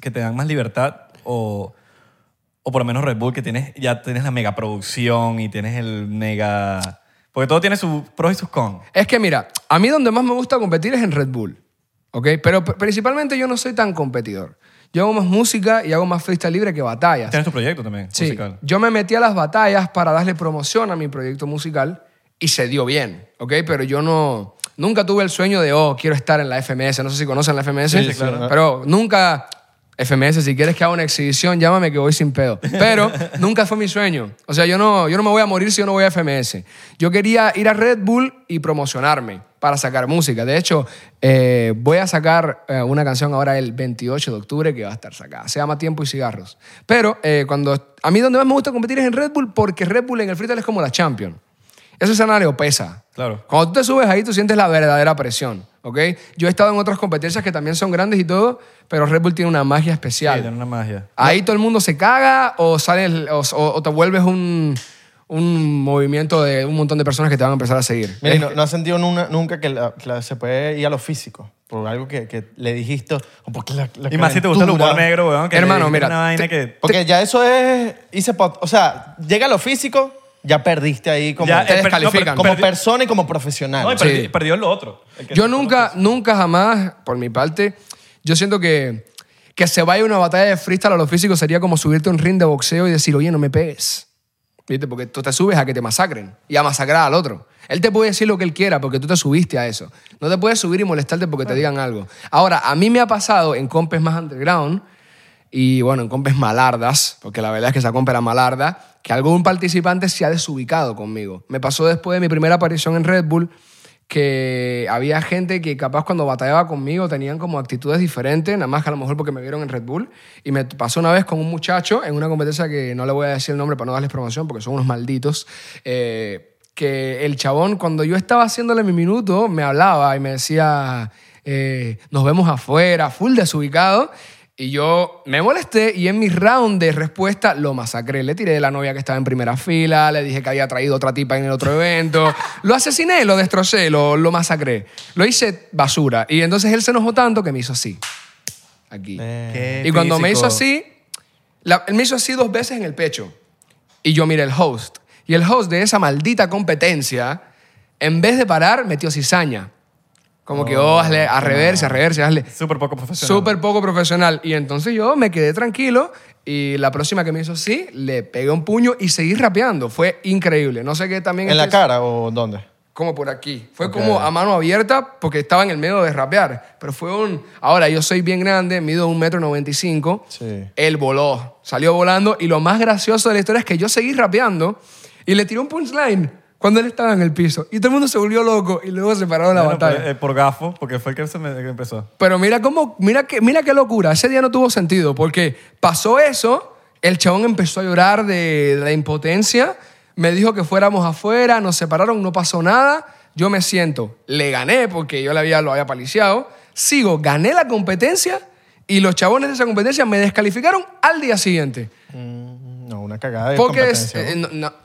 [SPEAKER 3] que te dan más libertad o. o por lo menos Red Bull, que tienes, ya tienes la mega producción y tienes el mega. Porque todo tiene sus pros y sus cons.
[SPEAKER 1] Es que mira, a mí donde más me gusta competir es en Red Bull. ¿Ok? Pero pr- principalmente yo no soy tan competidor. Yo hago más música y hago más freestyle libre que batallas.
[SPEAKER 3] Tienes tu proyecto también,
[SPEAKER 1] Sí.
[SPEAKER 3] musical.
[SPEAKER 1] Yo me metí a las batallas para darle promoción a mi proyecto musical y se dio bien, ¿ok? Pero yo no... Nunca tuve el sueño de, oh, quiero estar en la FMS. No sé si conocen la FMS.
[SPEAKER 4] Sí, sí, claro.
[SPEAKER 1] Pero nunca... FMS, si quieres que haga una exhibición, llámame que voy sin pedo. Pero nunca fue mi sueño. O sea, yo no, yo no me voy a morir si yo no voy a FMS. Yo quería ir a Red Bull y promocionarme para sacar música. De hecho, eh, voy a sacar eh, una canción ahora el 28 de octubre que va a estar sacada. Se llama Tiempo y Cigarros. Pero eh, cuando a mí donde más me gusta competir es en Red Bull porque Red Bull en el freestyle es como la champion. Ese escenario pesa.
[SPEAKER 3] Claro.
[SPEAKER 1] Cuando tú te subes ahí, tú sientes la verdadera presión, ¿ok? Yo he estado en otras competencias que también son grandes y todo, pero Red Bull tiene una magia
[SPEAKER 3] Sí,
[SPEAKER 1] especial.
[SPEAKER 3] tiene una magia.
[SPEAKER 1] Ahí todo el mundo se caga o sales o, o- o te vuelves un, un movimiento de un montón de personas que te van a empezar a seguir.
[SPEAKER 4] Mira, y no, no has sentido nuna- nunca que, la- que la- se puede ir a lo físico por algo que, que le dijiste. o porque la- la
[SPEAKER 3] Y más si te gusta el humor
[SPEAKER 4] calentura.
[SPEAKER 3] negro, weón. Que
[SPEAKER 1] Hermano,
[SPEAKER 3] le-
[SPEAKER 1] mira,
[SPEAKER 3] Una vaina
[SPEAKER 1] te-
[SPEAKER 3] que...
[SPEAKER 4] Porque ya eso es. hice pod- o sea, llega a lo físico, ya perdiste ahí como,
[SPEAKER 3] Ya,
[SPEAKER 1] te
[SPEAKER 3] eh, per-
[SPEAKER 1] descalifican.
[SPEAKER 3] no,
[SPEAKER 4] como
[SPEAKER 3] per- perdi-
[SPEAKER 4] persona y como profesional.
[SPEAKER 3] No, y
[SPEAKER 1] Ah, Sí.
[SPEAKER 3] perdi- perdió lo otro. El que-
[SPEAKER 1] Yo nunca, nunca jamás, por mi parte, yo siento que que se vaya una batalla de freestyle a lo físico sería como subirte a un ring de boxeo y decir, oye, no me pegues. ¿Viste? Porque tú te subes a que te masacren y a masacrar al otro. Él te puede decir lo que él quiera porque tú te subiste a eso. No te puedes subir y molestarte porque te digan algo. Ahora, a mí me ha pasado en compes más underground y, bueno, en compes malardas, porque la verdad es que esa compa era malarda, que algún participante se ha desubicado conmigo. Me pasó después de mi primera aparición en Red Bull que había gente que capaz cuando batallaba conmigo tenían como actitudes diferentes, nada más que a lo mejor porque me vieron en Red Bull. Y me pasó una vez con un muchacho en una competencia que no le voy a decir el nombre para no darles promoción porque son unos malditos. eh, que el chabón, cuando yo estaba haciéndole mi minuto, me hablaba y me decía, eh, nos vemos afuera, full desubicado. Y yo me molesté y en mi round de respuesta lo masacré. Le tiré de la novia que estaba en primera fila, le dije que había traído otra tipa en el otro evento. Lo asesiné, lo destrocé, lo, lo masacré. Lo hice basura. Y entonces él se enojó tanto que me hizo así. Aquí.
[SPEAKER 3] Qué
[SPEAKER 1] y cuando me hizo
[SPEAKER 3] Eh, físico.
[SPEAKER 1] así, la- él me hizo así dos veces en el pecho. Y yo miré el host. Y el host de esa maldita competencia, en vez de parar, metió cizaña. Como que, oh, hazle a reverse, a reverse, hazle.
[SPEAKER 3] Súper poco profesional.
[SPEAKER 1] Súper poco profesional. Y entonces yo me quedé tranquilo y la próxima que me hizo así, le pegué un puño y seguí rapeando. Fue increíble. No sé qué también...
[SPEAKER 4] ¿En la
[SPEAKER 1] es-
[SPEAKER 4] cara o dónde?
[SPEAKER 1] Como por aquí. Fue como a mano abierta porque estaba en el medio de rapear. Pero fue un... Ahora, yo soy bien grande, mido un metro noventa y cinco.
[SPEAKER 4] Sí.
[SPEAKER 1] Él voló, salió volando y lo más gracioso de la historia es que yo seguí rapeando y le tiré un punchline cuando él estaba en el piso. Y todo el mundo se volvió loco y luego se pararon la
[SPEAKER 3] Bueno,
[SPEAKER 1] batalla.
[SPEAKER 3] por- eh, por gafo, porque fue el que, se me- que empezó.
[SPEAKER 1] Pero mira cómo, mira qué, mira qué locura. Ese día no tuvo sentido porque pasó eso, el chabón empezó a llorar de, de la impotencia, me dijo que fuéramos afuera, nos separaron, no pasó nada. Yo me siento, le gané porque yo le había, lo había paliciado. Sigo, gané la competencia y los chabones de esa competencia me descalificaron al día siguiente.
[SPEAKER 4] Mm, No, una cagada de
[SPEAKER 1] Porque es-
[SPEAKER 4] competencia.
[SPEAKER 1] eh, no- no-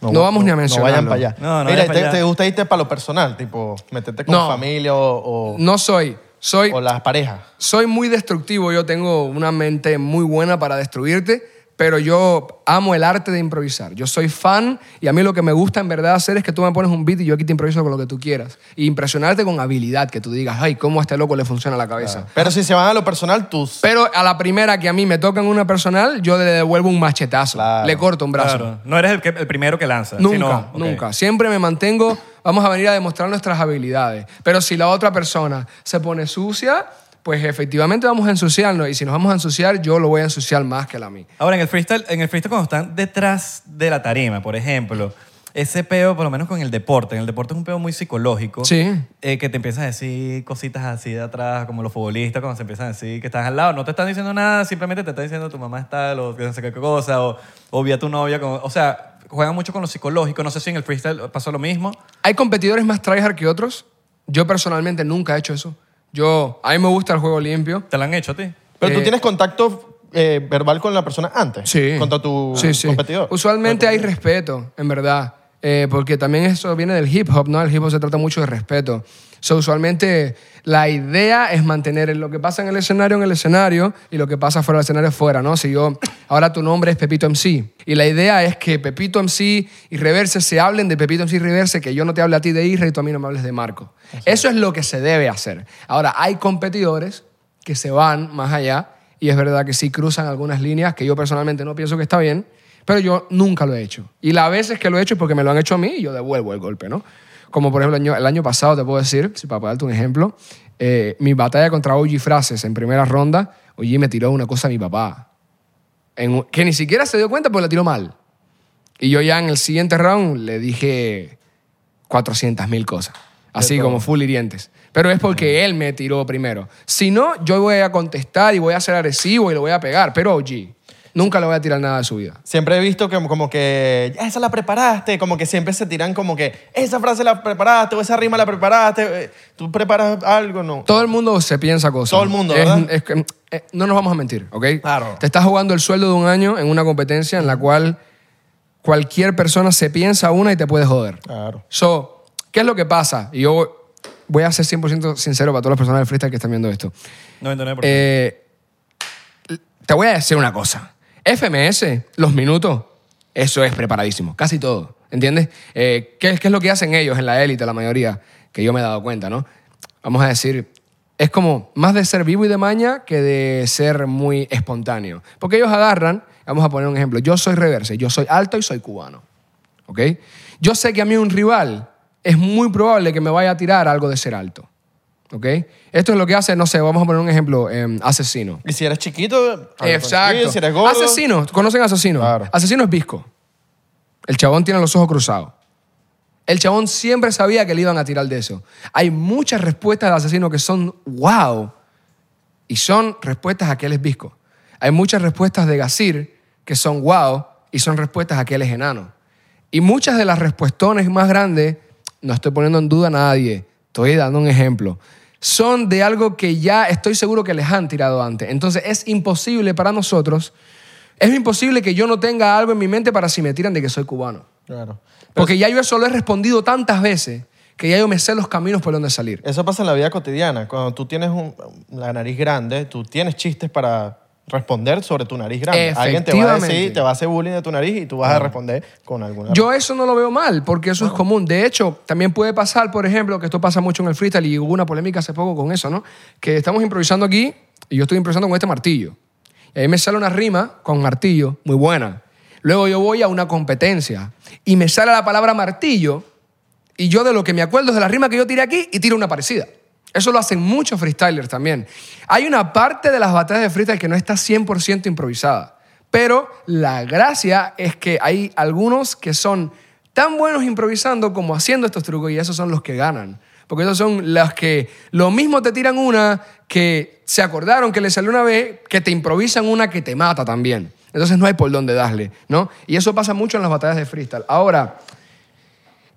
[SPEAKER 1] no vamos ni a mencionarlo.
[SPEAKER 4] No vayan para allá.
[SPEAKER 3] No, no
[SPEAKER 4] Mira,
[SPEAKER 3] vayan pa'
[SPEAKER 4] te,
[SPEAKER 3] allá.
[SPEAKER 4] te gusta irte para lo personal? Tipo, meterte con
[SPEAKER 1] No.
[SPEAKER 4] familia o, o-
[SPEAKER 1] no soy, soy
[SPEAKER 4] o las parejas.
[SPEAKER 1] soy muy destructivo, yo tengo una mente muy buena para destruirte, pero yo amo el arte de improvisar. Yo soy fan y a mí lo que me gusta en verdad hacer es que tú me pones un beat y yo aquí te improviso con lo que tú quieras. Y impresionarte con habilidad, que tú digas, ay, cómo a este loco le funciona la cabeza.
[SPEAKER 4] Pero si se van a lo personal, tú.
[SPEAKER 1] Pero a la primera que a mí me tocan una personal, yo le devuelvo un machetazo,
[SPEAKER 4] Claro.
[SPEAKER 1] le corto un brazo.
[SPEAKER 3] Claro. No eres el, que- el primero que lanza.
[SPEAKER 1] Nunca,
[SPEAKER 3] sino- ok.
[SPEAKER 1] nunca. Siempre me mantengo, vamos a venir a demostrar nuestras habilidades. Pero si la otra persona se pone sucia, pues efectivamente vamos a ensuciarnos. Y si nos vamos a ensuciar, yo lo voy a ensuciar más que la mí.
[SPEAKER 3] Ahora, en el freestyle, en el freestyle cuando están detrás de la tarima, por ejemplo, ese peo, por lo menos con el deporte, en el deporte es un peo muy psicológico.
[SPEAKER 1] Sí.
[SPEAKER 3] eh, que te empiezan a decir cositas así de atrás, como los futbolistas cuando se empiezan a decir que estás al lado. No te están diciendo nada, simplemente te están diciendo tu mamá está, o que no sé qué cosa, o, o vi a tu novia. como- o sea, juegan mucho con lo psicológico. No sé si en el freestyle pasó lo mismo.
[SPEAKER 1] ¿Hay competidores más tryhard que otros? Yo personalmente nunca he hecho eso. Yo, a mí me gusta el juego limpio.
[SPEAKER 3] ¿Te lo han hecho a ti?
[SPEAKER 4] Pero
[SPEAKER 1] Eh,
[SPEAKER 4] tú tienes contacto eh, verbal con la persona antes.
[SPEAKER 1] Sí.
[SPEAKER 4] Contra tu
[SPEAKER 1] Sí, sí.
[SPEAKER 4] competidor.
[SPEAKER 1] Usualmente hay respeto, en verdad. Eh, porque también eso viene del hip hop, ¿no? El hip hop se trata mucho de respeto. So, usualmente la idea es mantener lo que pasa en el escenario en el escenario y lo que pasa fuera del escenario fuera, ¿no? Si yo, ahora tu nombre es Pepito MC y la idea es que Pepito MC y Reverse se hablen de Pepito MC y Reverse, que yo no te hable a ti de Isra y tú a mí no me hables de Marco. Eso es lo que se debe hacer. Ahora, hay competidores que se van más allá y es verdad que sí cruzan algunas líneas que yo personalmente no pienso que está bien, pero yo nunca lo he hecho. Y las veces que lo he hecho es porque me lo han hecho a mí y yo devuelvo el golpe, ¿no? Como por ejemplo el año, el año pasado, te puedo decir, si para darte un ejemplo, eh, mi batalla contra OG Frases en primera ronda, OG me tiró una cosa a mi papá, en un- que ni siquiera se dio cuenta porque la tiró mal. Y yo ya en el siguiente round le dije 400 mil cosas. Así como full hirientes. Pero es porque él me tiró primero. Si no, yo voy a contestar y voy a ser agresivo y lo voy a pegar. Pero OG, nunca le voy a tirar nada de su vida.
[SPEAKER 4] Siempre he visto que, como que "Ya, esa la preparaste, como que siempre se tiran como que esa frase la preparaste o esa rima la preparaste, eh, tú preparas algo, ¿no?
[SPEAKER 1] Todo el mundo se piensa cosas.
[SPEAKER 4] Todo el mundo,
[SPEAKER 1] Es-
[SPEAKER 4] ¿verdad?
[SPEAKER 1] es que, eh, no nos vamos a mentir, ¿ok?
[SPEAKER 4] Claro.
[SPEAKER 1] Te estás jugando el sueldo de un año en una competencia en la cual cualquier persona se piensa una y te puede joder.
[SPEAKER 4] Claro.
[SPEAKER 1] So, ¿qué es lo que pasa? Y yo voy a ser 100% sincero para todas las personas del freestyle que están viendo esto.
[SPEAKER 3] 99%.
[SPEAKER 1] Eh, te voy a decir una cosa. FMS, los minutos, eso es preparadísimo, casi todo. ¿Entiendes? Eh, ¿qué, qué es lo que hacen ellos en la élite, la mayoría? Que yo me he dado cuenta, ¿no? Vamos a decir, es como más de ser vivo y de maña que de ser muy espontáneo. Porque ellos agarran, vamos a poner un ejemplo, yo soy reverse, yo soy alto y soy cubano. ¿Ok? Yo sé que a mí un rival es muy probable que me vaya a tirar algo de ser alto. ¿Ok? Esto es lo que hace, no sé, vamos a poner un ejemplo, em, asesino.
[SPEAKER 4] Y si eres chiquito, ah,
[SPEAKER 1] Exacto.
[SPEAKER 4] pues, si eres gordo,
[SPEAKER 1] Asesino, ¿conocen a Asesino?
[SPEAKER 4] Claro.
[SPEAKER 1] Asesino es Visco. El chabón tiene los ojos cruzados. El chabón siempre sabía que le iban a tirar de eso. Hay muchas respuestas de Asesino que son wow. Y son respuestas a que él es Visco. Hay muchas respuestas de Gasir que son wow y son respuestas a que él es enano. Y muchas de las respuestones más grandes, no estoy poniendo en duda a nadie, estoy dando un ejemplo, son de algo que ya estoy seguro que les han tirado antes. Entonces es imposible para nosotros, es imposible que yo no tenga algo en mi mente para si me tiran de que soy cubano.
[SPEAKER 4] Claro.
[SPEAKER 1] Porque ya yo eso lo he respondido tantas veces que ya yo me sé los caminos por donde salir.
[SPEAKER 4] Eso pasa en la vida cotidiana. Cuando tú tienes un- la nariz grande, tú tienes chistes para responder sobre tu nariz grande. Alguien te va a decir,
[SPEAKER 1] Efectivamente.
[SPEAKER 4] te va a hacer bullying de tu nariz y tú vas a responder con alguna.
[SPEAKER 1] Yo eso no lo veo mal, porque eso es común. De hecho, también puede pasar, por ejemplo, que esto pasa mucho en el freestyle y hubo una polémica hace poco con eso, ¿no? Que estamos improvisando aquí y yo estoy improvisando con este martillo. Y ahí me sale una rima con martillo muy buena. Luego yo voy a una competencia y me sale la palabra martillo y yo de lo que me acuerdo es de la rima que yo tiré aquí y tiro una parecida. Eso lo hacen muchos freestylers también. Hay una parte de las batallas de freestyle que no está 100% improvisada. Pero la gracia es que hay algunos que son tan buenos improvisando como haciendo estos trucos y esos son los que ganan. Porque esos son los que lo mismo te tiran una que se acordaron que le salió una vez, que te improvisan una que te mata también. Entonces no hay por dónde darle, ¿no? Y eso pasa mucho en las batallas de freestyle. Ahora,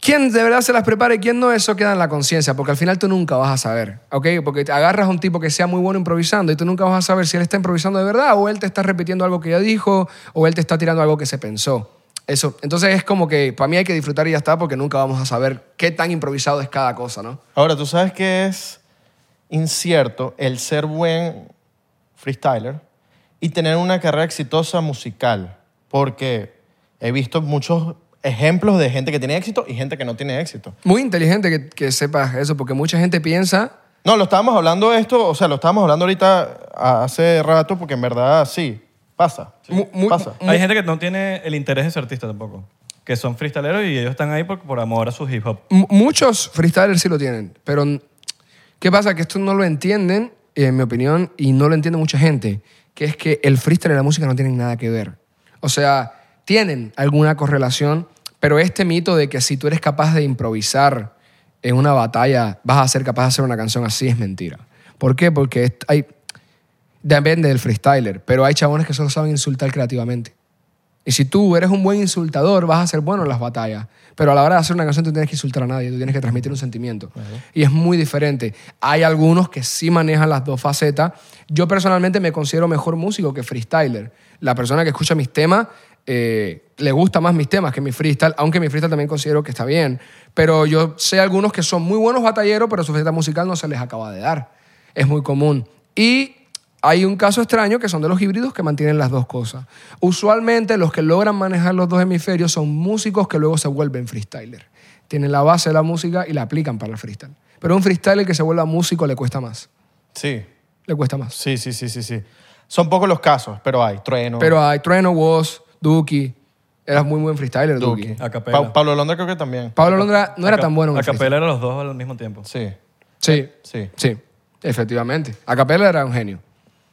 [SPEAKER 1] ¿Quién de verdad se las prepara y quién no? Eso queda en la conciencia, porque al final tú nunca vas a saber, ¿ok? Porque te agarras a un tipo que sea muy bueno improvisando y tú nunca vas a saber si él está improvisando de verdad o él te está repitiendo algo que ya dijo o él te está tirando algo que se pensó. Eso, entonces es como que para mí hay que disfrutar y ya está, porque nunca vamos a saber qué tan improvisado es cada cosa, ¿no?
[SPEAKER 4] Ahora, tú sabes que es incierto el ser buen freestyler y tener una carrera exitosa musical. Porque he visto muchos ejemplos de gente que tiene éxito y gente que no tiene éxito.
[SPEAKER 1] Muy inteligente que, que sepas eso, porque mucha gente piensa,
[SPEAKER 4] No, lo estábamos hablando esto, o sea, lo estábamos hablando ahorita a- hace rato porque en verdad sí, pasa.
[SPEAKER 1] Mu- mu-
[SPEAKER 4] pasa.
[SPEAKER 3] Hay gente que no tiene el interés de ser artista tampoco. Que son freestaleros y ellos están ahí por, por amor a su hip hop.
[SPEAKER 1] M- muchos freestylers sí lo tienen, pero ¿qué pasa? Que esto no lo entienden, en mi opinión, y no lo entiende mucha gente, que es que el freestyle y la música no tienen nada que ver. O sea, tienen alguna correlación, pero este mito de que si tú eres capaz de improvisar en una batalla, vas a ser capaz de hacer una canción así es mentira. ¿Por qué? Porque es- hay, depende del freestyler, pero hay chabones que solo saben insultar creativamente. Y si tú eres un buen insultador, vas a ser bueno en las batallas. Pero a la hora de hacer una canción, tú tienes que insultar a nadie, tú tienes que transmitir un sentimiento. Y es muy diferente. Hay algunos que sí manejan las dos facetas. Yo personalmente me considero mejor músico que freestyler. La persona que escucha mis temas eh, le gusta más mis temas que mi freestyle, aunque mi freestyle también considero que está bien. Pero yo sé algunos que son muy buenos batalleros, pero su faceta musical no se les acaba de dar. Es muy común. Y hay un caso extraño que son de los híbridos que mantienen las dos cosas. Usualmente los que logran manejar los dos hemisferios son músicos que luego se vuelven freestyler. Tienen la base de la música y la aplican para el freestyle. Pero un freestyler que se vuelva músico le cuesta más.
[SPEAKER 4] Sí,
[SPEAKER 1] Le cuesta más.
[SPEAKER 4] sí, sí, sí, sí, sí. Son pocos los casos, pero hay. Trueno.
[SPEAKER 1] Pero hay Trueno, Woz, Duki. Eras muy buen freestyler, Duki.
[SPEAKER 4] Duki.
[SPEAKER 3] A capela.
[SPEAKER 4] Pa- Pablo Londra creo que también.
[SPEAKER 1] Pablo Londra no era
[SPEAKER 3] Aca-
[SPEAKER 1] tan bueno en
[SPEAKER 3] A
[SPEAKER 1] el freestyle.
[SPEAKER 3] capela eran los dos al mismo tiempo.
[SPEAKER 4] sí.
[SPEAKER 1] Sí,
[SPEAKER 4] Sí.
[SPEAKER 1] sí, efectivamente. Acapella era un genio.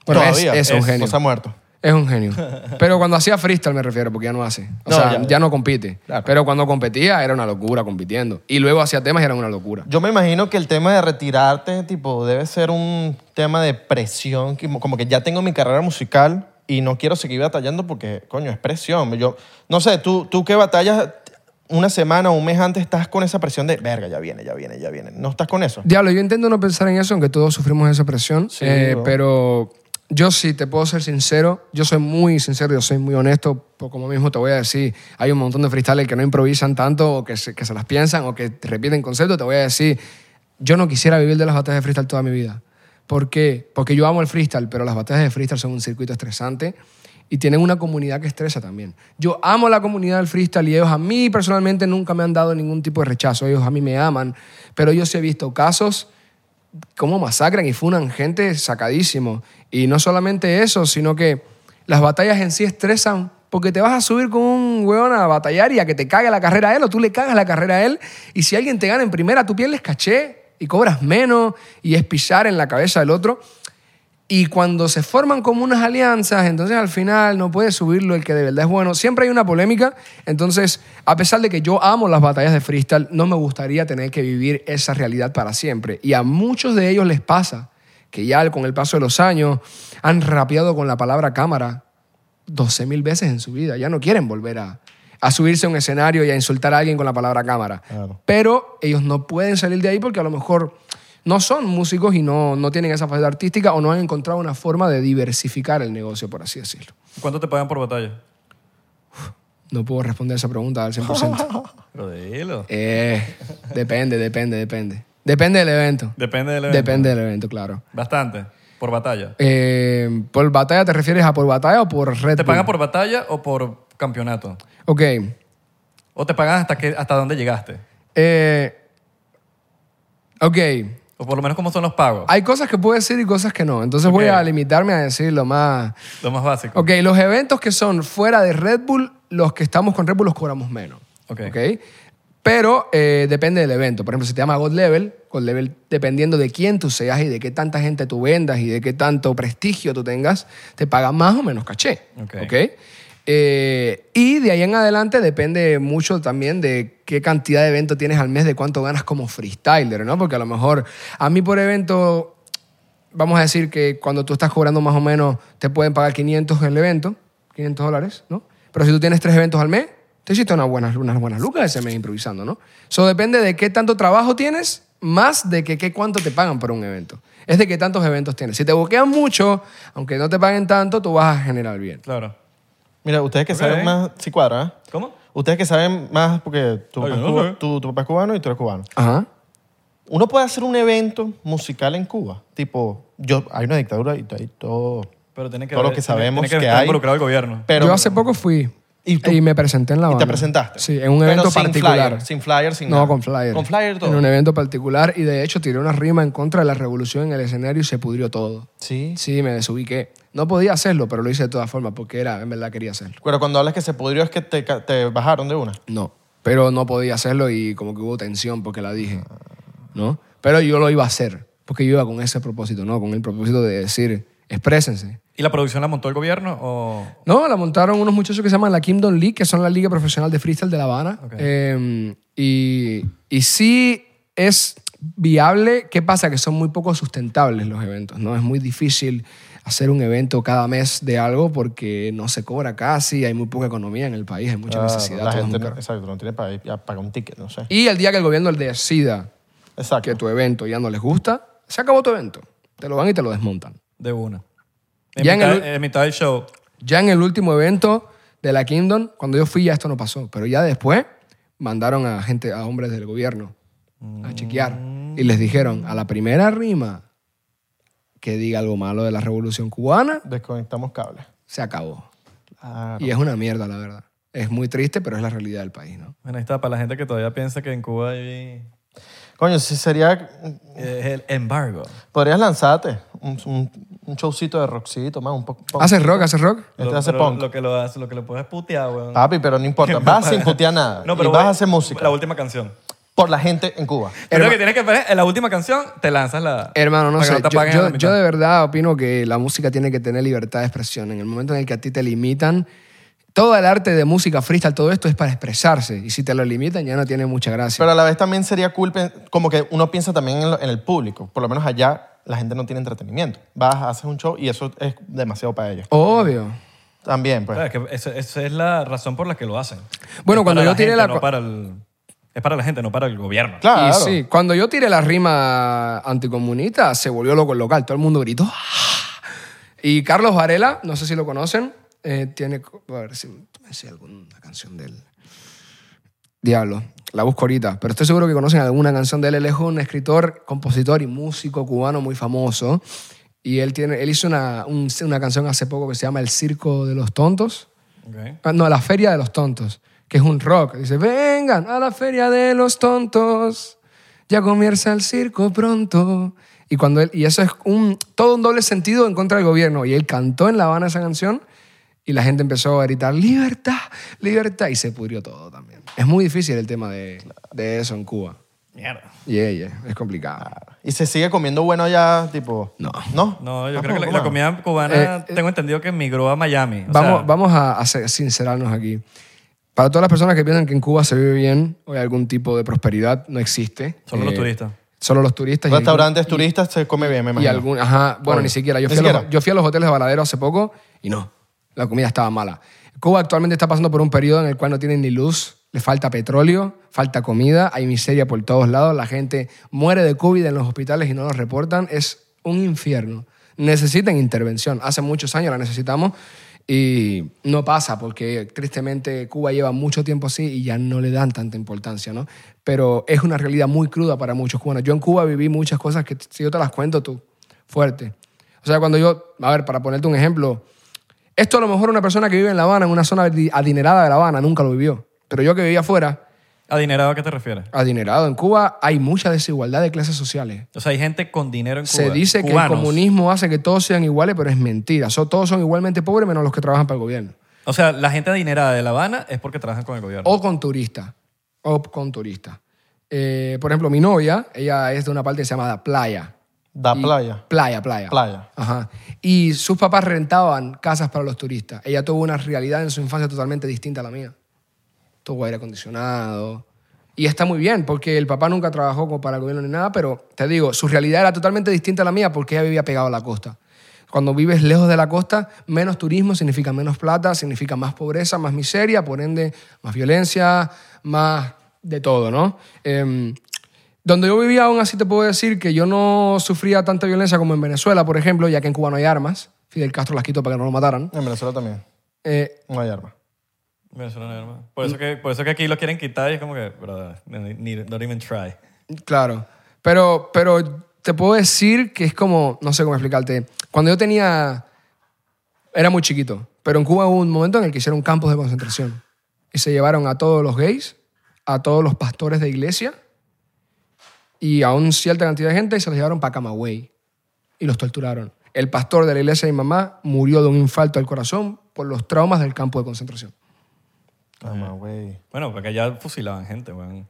[SPEAKER 1] Bueno, es,
[SPEAKER 4] Todavía.
[SPEAKER 1] es un
[SPEAKER 4] Es-
[SPEAKER 1] genio.
[SPEAKER 4] No se ha muerto.
[SPEAKER 1] Es un genio. Pero cuando hacía freestyle me refiero, porque ya no hace. O
[SPEAKER 4] No,
[SPEAKER 1] sea,
[SPEAKER 4] ya,
[SPEAKER 1] ya,
[SPEAKER 4] ya.
[SPEAKER 1] no compite.
[SPEAKER 4] Claro.
[SPEAKER 1] Pero cuando competía era una locura compitiendo. Y luego hacía temas y era una locura.
[SPEAKER 4] Yo me imagino que el tema de retirarte, tipo, debe ser un tema de presión, que como que ya tengo mi carrera musical y no quiero seguir batallando porque, coño, es presión. Yo, no sé, tú, tú que batallas una semana o un mes antes estás con esa presión de, verga, ya viene, ya viene, ya viene. No estás con eso.
[SPEAKER 1] Diablo, yo intento no pensar en eso, aunque todos sufrimos esa presión.
[SPEAKER 4] Sí,
[SPEAKER 1] eh,
[SPEAKER 4] bro.
[SPEAKER 1] pero Yo sí, te puedo ser sincero. Yo soy muy sincero, yo soy muy honesto. Por como mismo te voy a decir, hay un montón de freestylers que no improvisan tanto o que se, que se las piensan o que repiten conceptos. Te voy a decir, yo no quisiera vivir de las batallas de freestyle toda mi vida. ¿Por qué? Porque yo amo el freestyle, pero las batallas de freestyle son un circuito estresante y tienen una comunidad que estresa también. Yo amo la comunidad del freestyle y ellos a mí personalmente nunca me han dado ningún tipo de rechazo. Ellos a mí me aman, pero yo sí he visto casos cómo masacran y funan gente sacadísimo. Y no solamente eso, sino que las batallas en sí estresan porque te vas a subir con un weón a batallar y a que te cague la carrera a él o tú le cagas la carrera a él. Y si alguien te gana en primera, tú pierdes caché y cobras menos y es pisar en la cabeza del otro. Y cuando se forman como unas alianzas, entonces al final no puede subirlo el que de verdad es bueno. Siempre hay una polémica. Entonces, a pesar de que yo amo las batallas de freestyle, no me gustaría tener que vivir esa realidad para siempre. Y a muchos de ellos les pasa que ya con el paso de los años han rapeado con la palabra cámara 12 mil veces en su vida. Ya no quieren volver a, a subirse a un escenario y a insultar a alguien con la palabra cámara.
[SPEAKER 4] Claro.
[SPEAKER 1] Pero ellos no pueden salir de ahí porque a lo mejor no son músicos y no, no tienen esa faceta artística o no han encontrado una forma de diversificar el negocio, por así decirlo.
[SPEAKER 3] ¿Cuánto te pagan por batalla?
[SPEAKER 1] No puedo responder esa pregunta al 100%.
[SPEAKER 3] Pero dilo.
[SPEAKER 1] Eh, depende, depende, depende. Depende del evento.
[SPEAKER 3] Depende del evento.
[SPEAKER 1] Depende del evento, claro.
[SPEAKER 3] Bastante. Por batalla.
[SPEAKER 1] Eh, ¿Por batalla te refieres a por batalla o por red?
[SPEAKER 3] ¿Te
[SPEAKER 1] Bull?
[SPEAKER 3] pagan por batalla o por campeonato?
[SPEAKER 1] Ok.
[SPEAKER 3] ¿O te pagan hasta, que, hasta dónde llegaste?
[SPEAKER 1] Eh, ok.
[SPEAKER 3] O por lo menos cómo son los pagos.
[SPEAKER 1] Hay cosas que puedo decir y cosas que no. Entonces voy
[SPEAKER 3] Ok.
[SPEAKER 1] a limitarme a decir lo más...
[SPEAKER 3] Lo más básico.
[SPEAKER 1] Ok, los eventos que son fuera de Red Bull, los que estamos con Red Bull los cobramos menos.
[SPEAKER 3] Ok.
[SPEAKER 1] Ok. Pero eh, depende del evento. Por ejemplo, si te llama God Level, God Level, dependiendo de quién tú seas y de qué tanta gente tú vendas y de qué tanto prestigio tú tengas, te pagan más o menos caché.
[SPEAKER 3] Ok.
[SPEAKER 1] Ok. Eh, y de ahí en adelante depende mucho también de qué cantidad de evento tienes al mes, de cuánto ganas como freestyler, ¿no? Porque a lo mejor a mí por evento vamos a decir que cuando tú estás cobrando más o menos, te pueden pagar 500 el evento, 500 dólares, ¿no? Pero si tú tienes tres eventos al mes, te hiciste unas buenas, unas buenas lucas ese mes improvisando, ¿no? Eso depende de qué tanto trabajo tienes, más de que, qué cuánto te pagan por un evento. Es de qué tantos eventos tienes. Si te boquean mucho, aunque no te paguen tanto, tú vas a generar bien.
[SPEAKER 3] Claro.
[SPEAKER 4] Mira, ustedes que
[SPEAKER 3] Ok.
[SPEAKER 4] saben más, sí cuadra, ¿eh?
[SPEAKER 3] ¿Cómo?
[SPEAKER 4] Ustedes que saben más, porque tu
[SPEAKER 3] Ay,
[SPEAKER 4] papá, es
[SPEAKER 3] no
[SPEAKER 4] cuba-
[SPEAKER 3] sé.
[SPEAKER 4] tu- tu papá es cubano y tú eres cubano.
[SPEAKER 1] Ajá.
[SPEAKER 4] Uno puede hacer un evento musical en Cuba. Tipo, yo, hay una dictadura y hay todo.
[SPEAKER 3] Pero tiene que
[SPEAKER 4] Todo
[SPEAKER 3] haber-
[SPEAKER 4] lo que
[SPEAKER 3] tiene-
[SPEAKER 4] sabemos
[SPEAKER 3] tiene que,
[SPEAKER 4] que
[SPEAKER 3] estar
[SPEAKER 4] hay.
[SPEAKER 3] involucrado el gobierno.
[SPEAKER 4] Pero,
[SPEAKER 1] Yo hace poco fui
[SPEAKER 4] ¿Y
[SPEAKER 1] y,
[SPEAKER 4] tú?
[SPEAKER 1] me presenté en la
[SPEAKER 4] ¿Y
[SPEAKER 1] banda.
[SPEAKER 4] te presentaste?
[SPEAKER 1] Sí, en un
[SPEAKER 4] Pero
[SPEAKER 1] evento
[SPEAKER 4] sin
[SPEAKER 1] particular.
[SPEAKER 4] flyer, sin flyer, sin
[SPEAKER 1] No,
[SPEAKER 4] nada.
[SPEAKER 1] con flyer.
[SPEAKER 4] Con flyer todo.
[SPEAKER 1] En un evento particular y de hecho tiré una rima en contra de la revolución en el escenario y se pudrió todo.
[SPEAKER 4] Sí.
[SPEAKER 1] Sí, me desubiqué. No podía hacerlo, pero lo hice de todas formas porque era, en verdad quería hacerlo.
[SPEAKER 4] Pero cuando hablas que se pudrió es que te, ca- te bajaron de una.
[SPEAKER 1] No, pero no podía hacerlo y como que hubo tensión porque la dije, ¿no? Pero yo lo iba a hacer porque yo iba con ese propósito, ¿no? Con el propósito de decir, exprésense.
[SPEAKER 3] ¿Y la producción la montó el gobierno o...?
[SPEAKER 1] No, la montaron unos muchachos que se llaman la Kingdom League, que son la liga profesional de freestyle de La Habana.
[SPEAKER 3] Ok.
[SPEAKER 1] Eh, y, y sí es viable. ¿Qué pasa? Que son muy poco sustentables los eventos, ¿no? Es muy difícil hacer un evento cada mes de algo porque no se cobra casi, hay muy poca economía en el país, hay mucha
[SPEAKER 4] Ah,
[SPEAKER 1] necesidad.
[SPEAKER 4] La
[SPEAKER 1] todo es
[SPEAKER 4] gente
[SPEAKER 1] muy
[SPEAKER 4] no,
[SPEAKER 1] caro.
[SPEAKER 4] exacto, no tiene para, ya pagar un ticket, no sé.
[SPEAKER 1] Y el día que el gobierno decida
[SPEAKER 4] Exacto.
[SPEAKER 1] que tu evento ya no les gusta, se acabó tu evento. Te lo van y te lo desmontan.
[SPEAKER 3] De una. En,
[SPEAKER 1] Ya en
[SPEAKER 3] mitad,
[SPEAKER 1] el-
[SPEAKER 3] en mitad del show.
[SPEAKER 1] Ya en el último evento de la Kingdom, cuando yo fui ya esto no pasó, pero ya después mandaron a gente, a hombres del gobierno a chequear y les dijeron a la primera rima que diga algo malo de la revolución cubana,
[SPEAKER 4] Desconectamos cables.
[SPEAKER 1] se acabó.
[SPEAKER 4] Claro.
[SPEAKER 1] Y es una mierda, la verdad. Es muy triste, pero es la realidad del país, ¿no?
[SPEAKER 3] Bueno, ahí está, para la gente que todavía piensa que en Cuba hay... eh,
[SPEAKER 4] Coño, si sería.
[SPEAKER 3] Es el embargo.
[SPEAKER 4] Podrías lanzarte un, un, un showcito de rockcito, más un poco. punk.
[SPEAKER 1] ¿Haces rock? ¿Haces rock?
[SPEAKER 4] Este
[SPEAKER 3] Lo-
[SPEAKER 4] hace
[SPEAKER 3] pero
[SPEAKER 4] punk.
[SPEAKER 3] Lo que lo hace, lo que lo puedes putear, weón.
[SPEAKER 4] Papi, pero no importa. Vas sin putear nada.
[SPEAKER 3] No, pero
[SPEAKER 4] y vas
[SPEAKER 3] voy-
[SPEAKER 4] a hacer música
[SPEAKER 3] La última canción.
[SPEAKER 4] por la gente en Cuba.
[SPEAKER 3] Pero
[SPEAKER 1] Herma-
[SPEAKER 3] lo que tienes que hacer es, en la última canción, te lanzas la...
[SPEAKER 1] Hermano, no
[SPEAKER 3] para que
[SPEAKER 1] sé.
[SPEAKER 3] te
[SPEAKER 1] yo,
[SPEAKER 3] apaguen
[SPEAKER 1] yo-
[SPEAKER 3] en la mitad.
[SPEAKER 1] yo de verdad opino que la música tiene que tener libertad de expresión. En el momento en el que a ti te limitan, todo el arte de música freestyle, todo esto es para expresarse. Y si te lo limitan, ya no tiene mucha gracia.
[SPEAKER 4] Pero a la vez también sería cool, pen- como que uno piensa también en, lo- en el público. Por lo menos allá la gente no tiene entretenimiento. Vas, haces un show y eso es demasiado para ellos.
[SPEAKER 1] Obvio.
[SPEAKER 4] También, pues.
[SPEAKER 3] Claro, es que esa, esa es la razón por la que lo hacen.
[SPEAKER 1] Bueno,
[SPEAKER 3] Es
[SPEAKER 1] cuando
[SPEAKER 3] para
[SPEAKER 1] yo
[SPEAKER 3] la
[SPEAKER 1] tiré
[SPEAKER 3] gente,
[SPEAKER 1] la
[SPEAKER 3] no
[SPEAKER 1] co-
[SPEAKER 3] para el- es para la gente, no para el gobierno.
[SPEAKER 4] Claro.
[SPEAKER 1] Y sí, cuando yo tiré la rima anticomunista, se volvió loco el local. Todo el mundo gritó. ¡Ah! Y Carlos Varela, no sé si lo conocen, eh, tiene. A ver si me sé alguna canción de él. Diablo, la busco ahorita, pero estoy seguro que conocen alguna canción de él. Él es un escritor, compositor y músico cubano muy famoso. Y él, tiene, él hizo una, un- una canción hace poco que se llama El Circo de los Tontos.
[SPEAKER 3] Ok.
[SPEAKER 1] Ah, No, la Feria de los Tontos, que es un rock. Dice, vengan a la Feria de los Tontos, ya comienza el circo pronto. Y, cuando él, y eso es un, todo un doble sentido en contra del gobierno. Y él cantó en La Habana esa canción y la gente empezó a gritar, libertad, libertad. Y se pudrió todo también. Es muy difícil el tema de, de eso en Cuba.
[SPEAKER 3] Mierda.
[SPEAKER 1] Y ella, es complicado.
[SPEAKER 4] Y se sigue comiendo bueno allá, tipo.
[SPEAKER 1] No.
[SPEAKER 4] No.
[SPEAKER 3] No, yo
[SPEAKER 4] Ah,
[SPEAKER 3] creo que la, la
[SPEAKER 4] ¿cómo no?
[SPEAKER 3] comida cubana,
[SPEAKER 1] Eh, eh.
[SPEAKER 3] tengo entendido que migró a Miami. O
[SPEAKER 1] vamos,
[SPEAKER 3] sea,
[SPEAKER 1] vamos a, a ser- sincerarnos aquí. Para todas las personas que piensan que en Cuba se vive bien o hay algún tipo de prosperidad, no existe. Eh,
[SPEAKER 3] Solo los turistas.
[SPEAKER 1] Solo los turistas. y algún-
[SPEAKER 4] Restaurantes turistas se come bien, me
[SPEAKER 1] Y
[SPEAKER 4] imagino.
[SPEAKER 1] algún, ajá, bueno,
[SPEAKER 4] Obvio.
[SPEAKER 1] ni siquiera. Yo
[SPEAKER 4] Ni
[SPEAKER 1] fui, a los-
[SPEAKER 4] siquiera.
[SPEAKER 1] yo fui a los hoteles de Valadero hace poco y no, la comida estaba mala. Cuba actualmente está pasando por un periodo en el cual no tienen ni luz, le falta petróleo, falta comida, hay miseria por todos lados, la gente muere de COVID en los hospitales y no los reportan, es un infierno. Necesitan intervención, hace muchos años la necesitamos y no pasa porque tristemente Cuba lleva mucho tiempo así y ya no le dan tanta importancia, ¿no? Pero es una realidad muy cruda para muchos cubanos. Yo en Cuba viví muchas cosas que si yo te las cuento tú, fuerte. O sea, cuando yo, a ver, para ponerte un ejemplo, esto a lo mejor una persona que vive en La Habana, en una zona adi- adinerada de La Habana, nunca lo vivió. Pero yo que vivía afuera,
[SPEAKER 3] ¿Adinerado a qué te refieres?
[SPEAKER 1] adinerado en Cuba, hay mucha desigualdad de clases sociales.
[SPEAKER 3] O sea, hay gente con dinero en Cuba.
[SPEAKER 1] Se dice que
[SPEAKER 3] cubanos.
[SPEAKER 1] el comunismo hace que todos sean iguales, pero es mentira. So- todos son igualmente pobres menos los que trabajan para el gobierno.
[SPEAKER 3] O sea, la gente adinerada de La Habana es porque trabajan con el gobierno.
[SPEAKER 1] O con turistas. O con turistas. Eh, por ejemplo, mi novia, ella es de una parte que se llama La Playa.
[SPEAKER 4] Da
[SPEAKER 1] Y-
[SPEAKER 4] playa.
[SPEAKER 1] Playa, playa.
[SPEAKER 4] Playa.
[SPEAKER 1] Ajá. Y sus papás rentaban casas para los turistas. Ella tuvo una realidad en su infancia totalmente distinta a la mía. Tuvo aire acondicionado. Y está muy bien, porque el papá nunca trabajó como para el gobierno ni nada, pero te digo, su realidad era totalmente distinta a la mía porque ella vivía pegado a la costa. Cuando vives lejos de la costa, menos turismo significa menos plata, significa más pobreza, más miseria, por ende, más violencia, más de todo, ¿no? Em, donde yo vivía, aún así te puedo decir que yo no sufría tanta violencia como en Venezuela, por ejemplo, ya que en Cuba no hay armas. Fidel Castro las quitó para que no lo mataran.
[SPEAKER 4] En Venezuela también.
[SPEAKER 1] Eh,
[SPEAKER 4] No hay arma.
[SPEAKER 3] Venezuela no hay armas. Por eso, que, por eso que aquí lo quieren quitar y es como que, brother, no- ni- don't even try.
[SPEAKER 1] claro. Pero, pero te puedo decir que es como, no sé cómo explicarte. Cuando yo tenía. Era muy chiquito, pero en Cuba hubo un momento en el que hicieron campos de concentración. Y se llevaron a todos los gays, a todos los pastores de iglesia y a una cierta cantidad de gente y se los llevaron para Camagüey. y los torturaron. El pastor de la iglesia de mi mamá murió de un infarto al corazón por los traumas del campo de concentración.
[SPEAKER 3] Ah,
[SPEAKER 4] Toma, güey.
[SPEAKER 3] Bueno, porque allá fusilaban gente, weón.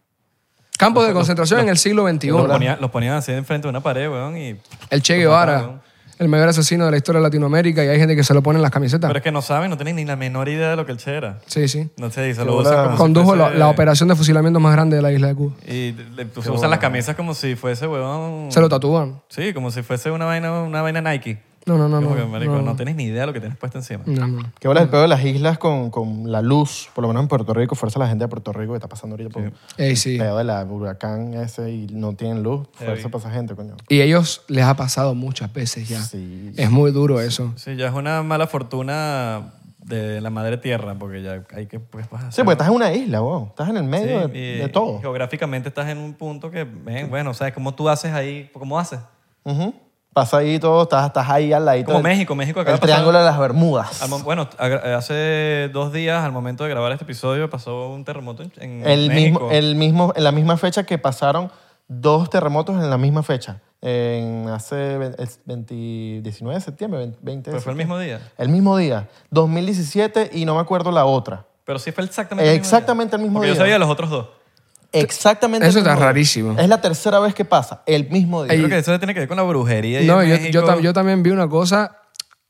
[SPEAKER 1] Campos de concentración en el siglo XXI.
[SPEAKER 3] Los ponían, los ponían así enfrente de una pared, weón, y...
[SPEAKER 1] El Che
[SPEAKER 3] mataron.
[SPEAKER 1] Guevara, el mayor asesino de la historia de Latinoamérica y hay gente que se lo pone en las camisetas.
[SPEAKER 3] Pero es que no saben, no tienen ni la menor idea de lo que el Che era.
[SPEAKER 1] Sí, sí.
[SPEAKER 3] No sé, y se
[SPEAKER 4] Qué
[SPEAKER 3] lo
[SPEAKER 4] bola.
[SPEAKER 3] usan como si
[SPEAKER 1] Condujo la,
[SPEAKER 3] fuese-
[SPEAKER 1] la operación de fusilamiento más grande de la isla de Cuba.
[SPEAKER 3] Y le- se usan las camisas como si fuese, weón...
[SPEAKER 1] Se lo tatúan.
[SPEAKER 3] Sí, como si fuese una vaina, una vaina Nike.
[SPEAKER 1] No, no, no.
[SPEAKER 3] Como
[SPEAKER 1] No,
[SPEAKER 3] que, marico,
[SPEAKER 1] no, Mm.
[SPEAKER 3] no tienes ni idea de lo que tienes puesto encima.
[SPEAKER 1] no, no.
[SPEAKER 4] Qué
[SPEAKER 3] Mm.
[SPEAKER 4] bola el pedo de las islas con, con la luz, por lo menos en Puerto Rico, fuerza a la gente de Puerto Rico que está pasando ahorita por
[SPEAKER 1] Ey, sí.
[SPEAKER 4] el pedo de la huracán ese y no tienen luz, fuerza para esa gente, coño.
[SPEAKER 1] Y ellos les ha pasado muchas veces ya.
[SPEAKER 4] Sí.
[SPEAKER 1] Es muy duro eso.
[SPEAKER 3] Sí, ya es una mala fortuna de la madre tierra, porque ya hay que... Pues, vas a
[SPEAKER 4] Sí,
[SPEAKER 3] hacer-
[SPEAKER 4] porque estás en una isla, wow. Estás en el medio
[SPEAKER 3] Sí,
[SPEAKER 4] de,
[SPEAKER 3] y-
[SPEAKER 4] de
[SPEAKER 3] y
[SPEAKER 4] todo.
[SPEAKER 3] Geográficamente estás en un punto que, ven, bueno, ¿sabes cómo tú haces ahí? ¿Cómo haces?
[SPEAKER 4] Ujú. Pasa ahí todo, estás, estás ahí al ladito.
[SPEAKER 3] Como
[SPEAKER 4] del-
[SPEAKER 3] México, México acaba de
[SPEAKER 4] El
[SPEAKER 3] pasar-
[SPEAKER 4] triángulo de las Bermudas.
[SPEAKER 3] Al mom- bueno, a- hace dos días, al momento de grabar este episodio, pasó un terremoto en, en
[SPEAKER 4] El
[SPEAKER 3] México.
[SPEAKER 4] mismo, el mismo, en la misma fecha que pasaron dos terremotos en la misma fecha. En hace ve- es 20 19 de septiembre, 20 de
[SPEAKER 3] Pero Pues fue el
[SPEAKER 4] septiembre.
[SPEAKER 3] mismo día.
[SPEAKER 4] El mismo día, 2017 y no me acuerdo la otra.
[SPEAKER 3] Pero sí fue exactamente el mismo día.
[SPEAKER 4] Exactamente el mismo
[SPEAKER 3] Porque
[SPEAKER 4] día.
[SPEAKER 3] yo sabía los otros dos.
[SPEAKER 4] Exactamente. el
[SPEAKER 1] Eso está
[SPEAKER 4] mismo día.
[SPEAKER 1] rarísimo.
[SPEAKER 4] Es la tercera vez que pasa, el mismo día.
[SPEAKER 1] Ey,
[SPEAKER 3] Creo que eso tiene que ver con la brujería. y
[SPEAKER 1] No,
[SPEAKER 3] en
[SPEAKER 1] yo,
[SPEAKER 3] México.
[SPEAKER 1] yo tam- yo también vi una cosa,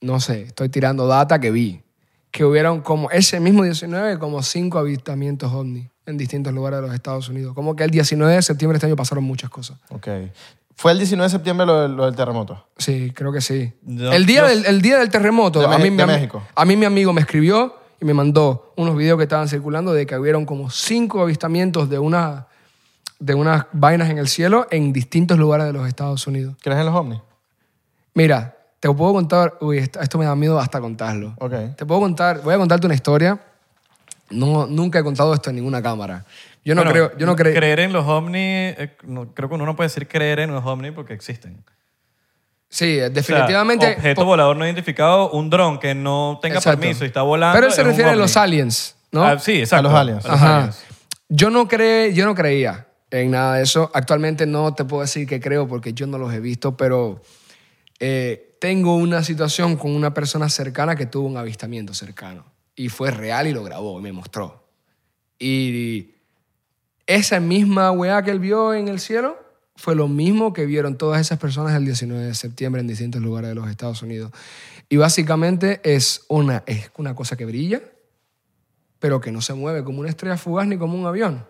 [SPEAKER 1] no sé, estoy tirando data que vi, que hubieron como ese mismo 19, como cinco avistamientos ovni en distintos lugares de los Estados Unidos. Como que el 19 de septiembre de este año pasaron muchas cosas.
[SPEAKER 4] Ok. Fue el 19 de septiembre lo, del- lo del terremoto.
[SPEAKER 1] Sí, creo que sí.
[SPEAKER 3] Yo-
[SPEAKER 1] el, día
[SPEAKER 3] yo-
[SPEAKER 1] del, el día del terremoto,
[SPEAKER 4] De
[SPEAKER 1] a,
[SPEAKER 4] Mex-
[SPEAKER 1] mí, mi
[SPEAKER 4] de
[SPEAKER 1] am-
[SPEAKER 4] México.
[SPEAKER 1] a mí mi amigo me escribió y me mandó unos videos que estaban circulando de que hubieron como cinco avistamientos de, una, de unas vainas en el cielo en distintos lugares de los Estados Unidos.
[SPEAKER 4] ¿Crees en los ovnis?
[SPEAKER 1] Mira, Te puedo contar, uy, esto, esto me da miedo hasta contarlo.
[SPEAKER 4] Ok.
[SPEAKER 1] Te puedo contar, voy a contarte una historia. No, nunca he contado esto en ninguna cámara. Yo no
[SPEAKER 3] Bueno,
[SPEAKER 1] creo, yo no creo.
[SPEAKER 3] Creer en los ovnis, eh, no- creo que uno no puede decir creer en los ovnis porque existen.
[SPEAKER 1] sí,
[SPEAKER 3] O sea,
[SPEAKER 1] definitivamente.
[SPEAKER 3] objeto volador no identificado, un dron que no tenga
[SPEAKER 1] Exacto.
[SPEAKER 3] permiso y está volando.
[SPEAKER 1] Pero él se
[SPEAKER 3] es un
[SPEAKER 1] refiere a
[SPEAKER 3] ovni.
[SPEAKER 1] los aliens, ¿no?
[SPEAKER 3] Ah, sí, exacto.
[SPEAKER 4] A los aliens.
[SPEAKER 1] Ajá.
[SPEAKER 3] aliens.
[SPEAKER 1] Yo no cre- yo no creía en nada de eso. Actualmente no te puedo decir que creo porque yo no los he visto, pero eh, tengo una situación con una persona cercana que tuvo un avistamiento cercano y fue real y lo grabó y me mostró. Y esa misma weá que él vio en el cielo fue lo mismo que vieron todas esas personas el 19 de septiembre en distintos lugares de los Estados Unidos. Y básicamente es una, es una cosa que brilla, pero que no se mueve como una estrella fugaz ni como un avión.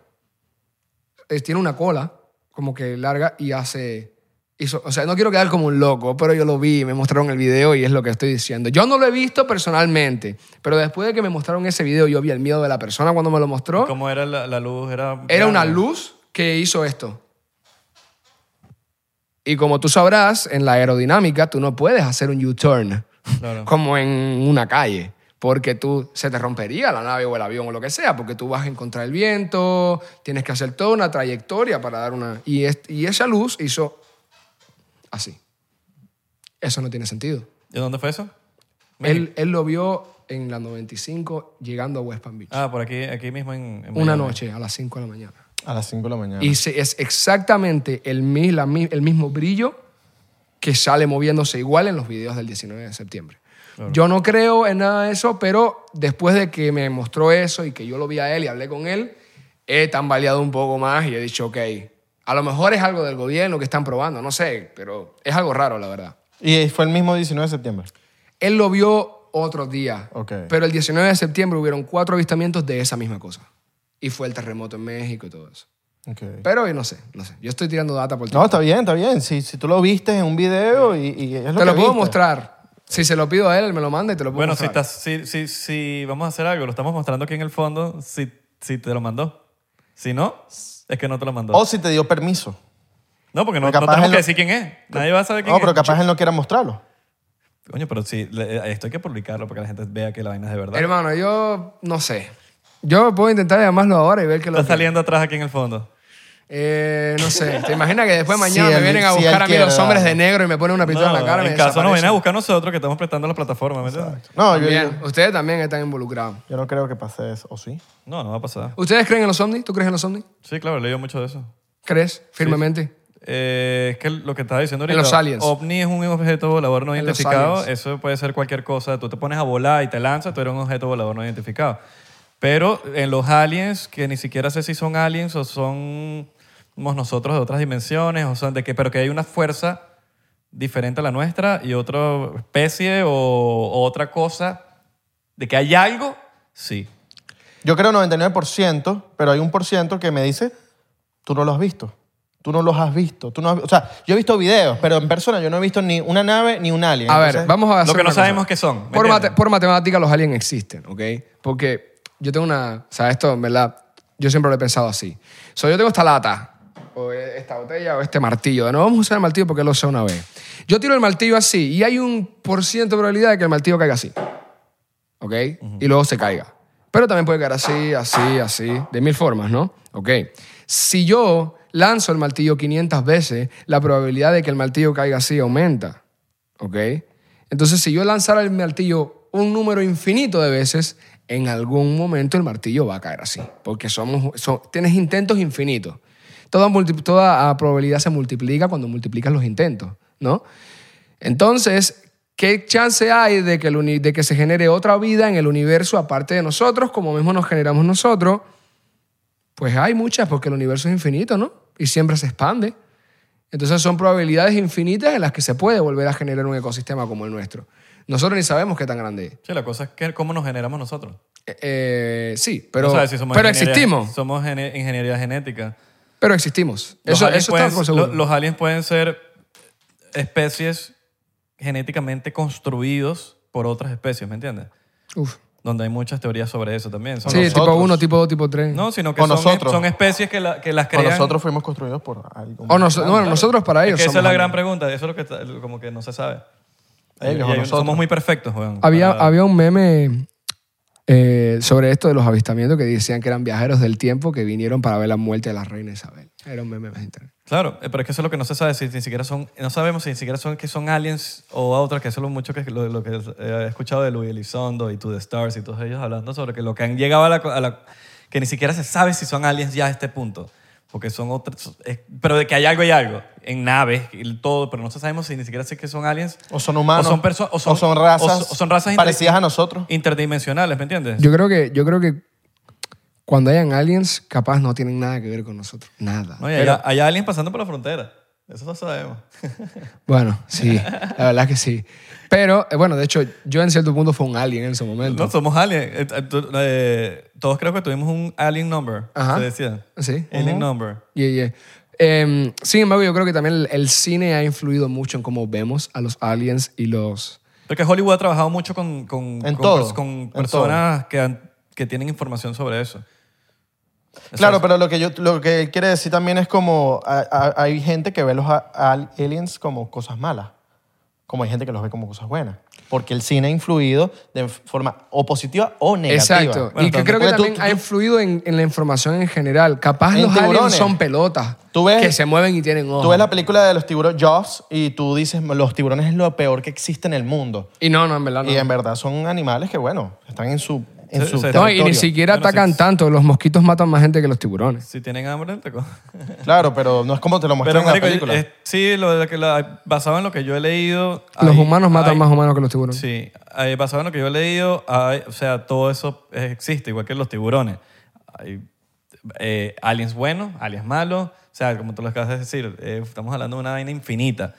[SPEAKER 1] Eh, tiene una cola, como que larga y hace... hizo- o sea, no quiero quedar como un loco, pero yo lo vi, me mostraron el video y es lo que estoy diciendo. Yo no lo he visto personalmente, pero después de que me mostraron ese video, yo vi el miedo de la persona cuando me lo mostró.
[SPEAKER 3] ¿Cómo era la, la luz? Era,
[SPEAKER 1] Era una luz que hizo esto. Y como tú sabrás, en la aerodinámica tú no puedes hacer un U-turn
[SPEAKER 3] Claro.
[SPEAKER 1] como en una calle, porque tú se te rompería la nave o el avión o lo que sea, porque tú vas en contra del viento, tienes que hacer toda una trayectoria para dar una... Y, es- y esa luz hizo así. Eso no tiene sentido.
[SPEAKER 3] ¿De dónde fue eso?
[SPEAKER 1] Él, él lo vio en la 95 llegando a West Palm Beach.
[SPEAKER 3] Ah, por aquí, aquí mismo en, en
[SPEAKER 1] una
[SPEAKER 3] Miami.
[SPEAKER 1] noche a las 5 de la mañana.
[SPEAKER 4] A las 5 de la mañana.
[SPEAKER 1] Y se- es exactamente el, mi- la mi- el mismo brillo que sale moviéndose igual en los videos del 19 de septiembre. Yo no creo en nada de eso, pero después de que me mostró eso y que yo lo vi a él y hablé con él, he tambaleado un poco más y he dicho, ok, a lo mejor es algo del gobierno que están probando, no sé, pero es algo raro, la verdad.
[SPEAKER 4] Y fue el mismo 19 de septiembre.
[SPEAKER 1] Él lo vio otro día,
[SPEAKER 4] Ok.
[SPEAKER 1] pero el 19 de septiembre hubieron cuatro avistamientos de esa misma cosa. Y fue el terremoto en México y todo eso.
[SPEAKER 4] Ok.
[SPEAKER 1] Pero yo no sé, no sé. Yo estoy tirando data por
[SPEAKER 4] No, está bien, está bien. Si, si tú lo viste en un video y, y es lo
[SPEAKER 1] Te
[SPEAKER 4] que
[SPEAKER 1] lo puedo
[SPEAKER 4] viste.
[SPEAKER 1] mostrar. Si se lo pido a él, él me lo manda y te lo puedo
[SPEAKER 3] Bueno, si,
[SPEAKER 1] mostrar.
[SPEAKER 3] estás, si, si, si vamos a hacer algo, lo estamos mostrando aquí en el fondo, si, si te lo mandó. Si no, es que no te lo mandó.
[SPEAKER 1] Oh,
[SPEAKER 4] O si te dio permiso.
[SPEAKER 3] no, porque no, no
[SPEAKER 4] capaz
[SPEAKER 3] tenemos
[SPEAKER 4] él
[SPEAKER 3] que
[SPEAKER 4] lo-
[SPEAKER 3] decir quién es. Nadie va a saber quién
[SPEAKER 1] Oh,
[SPEAKER 4] No, pero
[SPEAKER 3] es.
[SPEAKER 4] capaz él no quiera mostrarlo.
[SPEAKER 3] Coño, pero sí, le- eh, esto hay que publicarlo para que la gente vea que la vaina es de verdad.
[SPEAKER 1] Hermano, yo no sé. Yo puedo intentar llamarlo ahora y ver que lo...
[SPEAKER 3] Está saliendo atrás aquí en el fondo.
[SPEAKER 1] Eh, no sé. ¿Te imaginas que después mañana
[SPEAKER 4] Si
[SPEAKER 1] me
[SPEAKER 4] él-
[SPEAKER 1] vienen a
[SPEAKER 4] si
[SPEAKER 1] buscar
[SPEAKER 4] él
[SPEAKER 1] a mí
[SPEAKER 4] quiere,
[SPEAKER 1] los hombres de
[SPEAKER 4] dale.
[SPEAKER 1] negro y me ponen una pistola en la cara? y
[SPEAKER 3] en
[SPEAKER 1] me
[SPEAKER 3] caso nos
[SPEAKER 1] desaparecen?
[SPEAKER 3] vienen a buscar nosotros que estamos prestando la plataforma, ¿me entiendes?
[SPEAKER 4] No, yo, yo,
[SPEAKER 1] También, ustedes también están involucrados.
[SPEAKER 4] yo no creo que pase eso. ¿O sí?
[SPEAKER 3] No, no va a pasar.
[SPEAKER 1] ¿Ustedes creen en los ovnis? ¿Tú crees en los ovnis?
[SPEAKER 3] Sí, claro, he leído mucho de eso.
[SPEAKER 1] ¿Crees firmemente?
[SPEAKER 3] Eh, es que lo que estaba diciendo
[SPEAKER 1] En
[SPEAKER 3] ahorita.
[SPEAKER 1] los aliens.
[SPEAKER 3] OVNI es un objeto volador no
[SPEAKER 1] En los
[SPEAKER 3] identificado.
[SPEAKER 1] aliens.
[SPEAKER 3] Eso puede ser cualquier cosa. Tú te pones a volar y te lanzas, tú eres un objeto volador no identificado. Pero en los aliens, que ni siquiera sé si son aliens o son somos nosotros de otras dimensiones, o son de que, pero que hay una fuerza diferente a la nuestra y otra especie o, o otra cosa, de que hay algo, sí.
[SPEAKER 4] Yo creo 99%, pero hay un por ciento que me dice, tú no lo has visto. Tú no los has visto. Tú no has vi-". o sea, yo he visto videos, pero en persona yo no he visto ni una nave ni un alien.
[SPEAKER 1] A ver,
[SPEAKER 4] Entonces,
[SPEAKER 1] vamos a hacer
[SPEAKER 3] Lo que no
[SPEAKER 1] una cosa.
[SPEAKER 3] sabemos que son. ¿me
[SPEAKER 1] Por, mate-
[SPEAKER 3] entiendes?
[SPEAKER 1] por matemática los aliens existen, ¿ok? Porque yo tengo una... O sea, esto, en verdad, yo siempre lo he pensado así. So, yo tengo esta lata, o e- esta botella, o este martillo. De nuevo, vamos a usar el martillo porque lo sé una vez. Yo tiro el martillo así y hay un por ciento de probabilidad de que el martillo caiga así, ¿ok? Y luego se caiga. Pero también puede caer así, así, así, de mil formas, ¿no? Ok. Si yo lanzo el martillo 500 veces, la probabilidad de que el martillo caiga así aumenta. ¿Ok? Entonces, si yo lanzara el martillo un número infinito de veces, en algún momento el martillo va a caer así. Porque somos, so- tienes intentos infinitos. Toda, multi- toda ah, probabilidad se multiplica cuando multiplicas los intentos, ¿no? Entonces, ¿qué chance hay de que, el uni- de que se genere otra vida en el universo aparte de nosotros, como mismo nos generamos nosotros? Pues hay muchas, porque el universo es infinito, ¿no? Y siempre se expande. Entonces son probabilidades infinitas en las que se puede volver a generar un ecosistema como el nuestro. Nosotros ni sabemos qué tan grande es.
[SPEAKER 3] Sí, la cosa es que cómo nos generamos nosotros.
[SPEAKER 1] Eh, eh, sí, pero,
[SPEAKER 3] No sabes si somos
[SPEAKER 1] pero
[SPEAKER 3] ingeniería-
[SPEAKER 1] existimos.
[SPEAKER 3] Somos gene- ingeniería genética.
[SPEAKER 1] Pero existimos.
[SPEAKER 3] Los,
[SPEAKER 1] Eso,
[SPEAKER 3] aliens
[SPEAKER 1] eso está
[SPEAKER 3] pueden,
[SPEAKER 1] por seguro.
[SPEAKER 3] lo- los aliens pueden ser especies genéticamente construidos por otras especies, ¿me entiendes?
[SPEAKER 1] Uf.
[SPEAKER 3] Donde hay muchas teorías sobre eso también. Son
[SPEAKER 1] Sí,
[SPEAKER 3] los-
[SPEAKER 1] tipo
[SPEAKER 4] nosotros.
[SPEAKER 1] 1, tipo 2, tipo 3.
[SPEAKER 3] no, sino que
[SPEAKER 4] o
[SPEAKER 3] son,
[SPEAKER 4] nosotros.
[SPEAKER 3] son especies que, la- que las
[SPEAKER 4] o
[SPEAKER 3] crean.
[SPEAKER 4] nosotros fuimos construidos por algo.
[SPEAKER 1] o nos- bueno, nosotros para
[SPEAKER 3] Es
[SPEAKER 1] ellos
[SPEAKER 3] que esa es
[SPEAKER 1] somos
[SPEAKER 3] la
[SPEAKER 1] aliens.
[SPEAKER 3] gran pregunta, eso es lo que está- como que no se sabe.
[SPEAKER 4] Ellos
[SPEAKER 3] Y
[SPEAKER 4] o
[SPEAKER 3] hay-
[SPEAKER 4] nosotros.
[SPEAKER 3] Somos muy perfectos, weón.
[SPEAKER 1] Había,
[SPEAKER 3] Para-
[SPEAKER 1] había un meme eh, sobre esto de los avistamientos que decían que eran viajeros del tiempo que vinieron para ver la muerte de la reina Isabel. Era un meme más interno.
[SPEAKER 3] Claro, eh, pero es que eso es lo que no se sabe, si ni siquiera son, no sabemos si ni siquiera son que son aliens o otros, que eso es lo mucho que lo, lo que eh, he escuchado de Luis Elizondo y To The Stars y todos ellos hablando sobre que lo que han llegado a la, co- a la- que ni siquiera se sabe si son aliens ya a este punto, porque son otros, es- pero de que hay algo y algo en naves y todo, pero no sabemos si ni siquiera sé que son aliens
[SPEAKER 4] O son humanos.
[SPEAKER 3] o son perso- o son-
[SPEAKER 4] razas.
[SPEAKER 3] o son- o son razas
[SPEAKER 4] parecidas
[SPEAKER 3] inter-
[SPEAKER 4] a nosotros.
[SPEAKER 3] interdimensionales, ¿me entiendes?
[SPEAKER 1] Yo creo que, yo creo que cuando hayan aliens, capaz no tienen nada que ver con nosotros. Nada.
[SPEAKER 3] No, y hay, hay aliens pasando por la frontera, eso no sabemos.
[SPEAKER 1] Bueno, sí, la verdad es que sí. Pero, eh, bueno, de hecho, yo en cierto punto fue un alien en su momento.
[SPEAKER 3] No, somos aliens. Eh, eh, tú- eh, todos creo que tuvimos un alien number,
[SPEAKER 1] Ajá.
[SPEAKER 3] se decía.
[SPEAKER 1] Sí.
[SPEAKER 3] Alien number.
[SPEAKER 1] Yeah, yeah. Em, sin embargo, yo creo que también el, el cine ha influido mucho en cómo vemos a los aliens y los...
[SPEAKER 3] Porque Hollywood ha trabajado mucho con, con,
[SPEAKER 4] En
[SPEAKER 3] con
[SPEAKER 4] todo,
[SPEAKER 3] pers- con
[SPEAKER 4] en
[SPEAKER 3] personas que, han- que tienen información sobre eso. Eso
[SPEAKER 4] Claro,
[SPEAKER 3] es-
[SPEAKER 4] pero lo que, yo, lo que él quiere decir también es como a- a- hay gente que ve los a- al- aliens como cosas malas, como hay gente que los ve como cosas buenas, porque el cine ha influido de forma o positiva o negativa.
[SPEAKER 1] Exacto.
[SPEAKER 3] Bueno,
[SPEAKER 1] y que creo
[SPEAKER 3] también-
[SPEAKER 1] que
[SPEAKER 4] Porque tú-
[SPEAKER 1] también
[SPEAKER 4] tú-
[SPEAKER 1] ha influido en, en la información en general. Capaz
[SPEAKER 4] En
[SPEAKER 1] los aliens
[SPEAKER 4] tiburones.
[SPEAKER 1] son pelotas
[SPEAKER 4] Tú ves-
[SPEAKER 1] que se mueven y tienen ojos.
[SPEAKER 4] Tú ves la película de los tiburones Jaws y tú dices los tiburones es lo peor que existe en el mundo
[SPEAKER 1] Y no, no, en verdad no.
[SPEAKER 4] y en verdad son animales que bueno están en su en
[SPEAKER 3] Sí,
[SPEAKER 4] su
[SPEAKER 3] sí, sí.
[SPEAKER 1] No, y ni
[SPEAKER 4] territorio.
[SPEAKER 1] siquiera
[SPEAKER 3] Bueno,
[SPEAKER 1] atacan
[SPEAKER 3] sí.
[SPEAKER 1] tanto. Los mosquitos matan más gente que los tiburones.
[SPEAKER 3] Si tienen hambre, te co-
[SPEAKER 4] Claro, pero no es como te lo
[SPEAKER 3] Pero,
[SPEAKER 4] muestran en la
[SPEAKER 3] marico,
[SPEAKER 4] película.
[SPEAKER 3] es- sí, lo de que la- basado en lo que yo he leído...
[SPEAKER 1] los
[SPEAKER 3] hay-
[SPEAKER 1] humanos matan
[SPEAKER 3] hay-
[SPEAKER 1] más humanos que los tiburones.
[SPEAKER 3] Sí, eh, basado en lo que yo he leído, hay- o sea, todo eso eh, existe, igual que los tiburones. Hay eh, aliens buenos, aliens malos, o sea, como tú lo acabas de decir, eh, estamos hablando de una vaina infinita.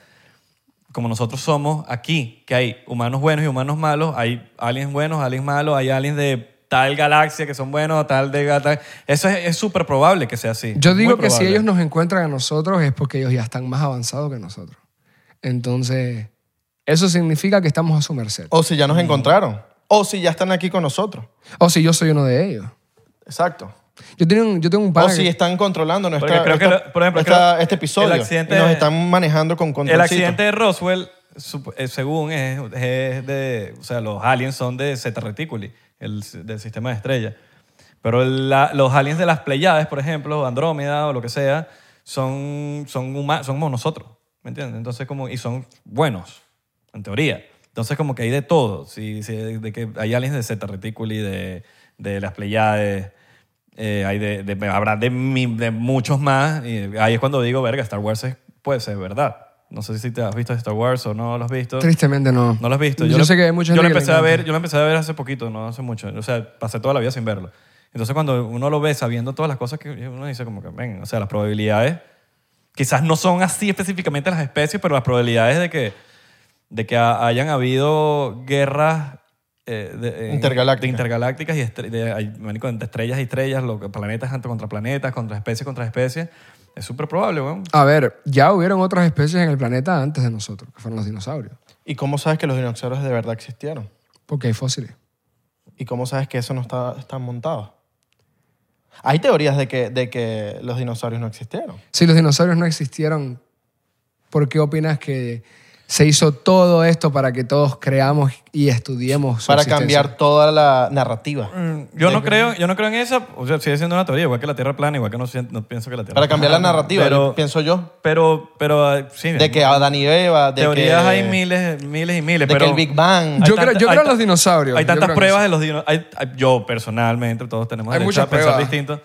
[SPEAKER 3] Como nosotros somos aquí, que hay humanos buenos y humanos malos, hay aliens buenos, aliens malos, hay aliens de tal galaxia que son buenos, tal de tal. Eso es es súper probable que sea así.
[SPEAKER 1] Yo digo
[SPEAKER 3] muy
[SPEAKER 1] que si
[SPEAKER 3] probable.
[SPEAKER 1] ellos nos encuentran a nosotros es porque ellos ya están más avanzados que nosotros. Entonces, eso significa que estamos a su merced.
[SPEAKER 4] O si ya nos encontraron. O si ya están aquí con nosotros.
[SPEAKER 1] O si yo soy uno de ellos.
[SPEAKER 4] Exacto.
[SPEAKER 1] Yo tengo un, yo tengo
[SPEAKER 3] Oh,
[SPEAKER 1] un
[SPEAKER 4] O
[SPEAKER 1] pana
[SPEAKER 4] si
[SPEAKER 1] que-
[SPEAKER 4] están controlando nuestra,
[SPEAKER 3] Porque creo que
[SPEAKER 4] esta-
[SPEAKER 3] lo- por ejemplo,
[SPEAKER 4] esta-
[SPEAKER 3] creo-
[SPEAKER 4] este episodio.
[SPEAKER 3] el accidente-
[SPEAKER 4] y nos están manejando con controlcito.
[SPEAKER 3] El accidente de Roswell, sup- eh, según es, es de... O sea, los aliens son de Zeta Reticuli, el, s- del sistema de estrellas. Pero la- los aliens de las Pleiades, por ejemplo, Andrómeda o lo que sea, son, son, huma- son como nosotros, ¿me entiendes? Entonces, como, y son buenos, en teoría. Entonces, como que hay de todo. Si, si- de que hay aliens de Zeta Reticuli, de, de las Pleiades... eh, hay de, de- habrá de, mi- de muchos más. Y ahí es cuando digo, verga, Star Wars es- puede ser verdad. No sé si te has visto Star Wars o no lo has visto.
[SPEAKER 1] Tristemente no.
[SPEAKER 3] No lo has visto.
[SPEAKER 1] Yo,
[SPEAKER 3] lo-
[SPEAKER 1] sé que hay mucha
[SPEAKER 3] yo
[SPEAKER 1] gente
[SPEAKER 3] lo
[SPEAKER 1] que le
[SPEAKER 3] empecé a
[SPEAKER 1] encanta.
[SPEAKER 3] ver, yo lo empecé a ver hace poquito, no hace mucho. O sea, pasé toda la vida sin verlo. Entonces cuando uno lo ve sabiendo todas las cosas que uno dice como que, ven, o sea, las probabilidades quizás no son así específicamente las especies, pero las probabilidades de que de que ha- hayan habido guerras eh, de- en-
[SPEAKER 4] Intergalácticas.
[SPEAKER 3] de intergalácticas y estre- de, hay, marico, entre estrellas y estrellas, lo que- planetas contra planetas, contra especies contra especies, es súper probable, weón.
[SPEAKER 1] A ver, ya hubieron otras especies en el planeta antes de nosotros, que fueron los dinosaurios.
[SPEAKER 4] ¿Y cómo sabes que los dinosaurios de verdad existieron?
[SPEAKER 1] Porque hay fósiles.
[SPEAKER 4] ¿Y cómo sabes que eso no está, está montado? Hay teorías de que, de que los dinosaurios no existieron.
[SPEAKER 1] Si los dinosaurios no existieron, ¿por qué opinas que se hizo todo esto para que todos creamos y estudiemos su
[SPEAKER 4] Para
[SPEAKER 1] existencia?
[SPEAKER 4] cambiar toda la narrativa.
[SPEAKER 3] Mm, Yo no creo, yo no creo en esa, o sea, sigue siendo una teoría, igual que la Tierra plana, igual que no, sien- no pienso que la Tierra
[SPEAKER 4] Para cambiar la
[SPEAKER 3] plana.
[SPEAKER 4] narrativa,
[SPEAKER 3] pero,
[SPEAKER 4] pienso yo.
[SPEAKER 3] pero, pero eh, sí,
[SPEAKER 4] De que Adán y Eva, de
[SPEAKER 3] teorías
[SPEAKER 4] que,
[SPEAKER 3] hay miles, miles y miles,
[SPEAKER 4] de
[SPEAKER 3] pero
[SPEAKER 4] que el Big
[SPEAKER 3] Hay
[SPEAKER 4] Bang.
[SPEAKER 1] Yo creo- yo creo
[SPEAKER 3] hay
[SPEAKER 1] en los dinosaurios,
[SPEAKER 3] Hay
[SPEAKER 1] yo
[SPEAKER 3] tantas
[SPEAKER 1] creo en
[SPEAKER 3] pruebas
[SPEAKER 1] eso.
[SPEAKER 3] de los dinosaurios. Yo personalmente, todos tenemos
[SPEAKER 1] Hay
[SPEAKER 3] derecho
[SPEAKER 1] muchas
[SPEAKER 3] a pensar
[SPEAKER 1] pruebas.
[SPEAKER 3] distinto.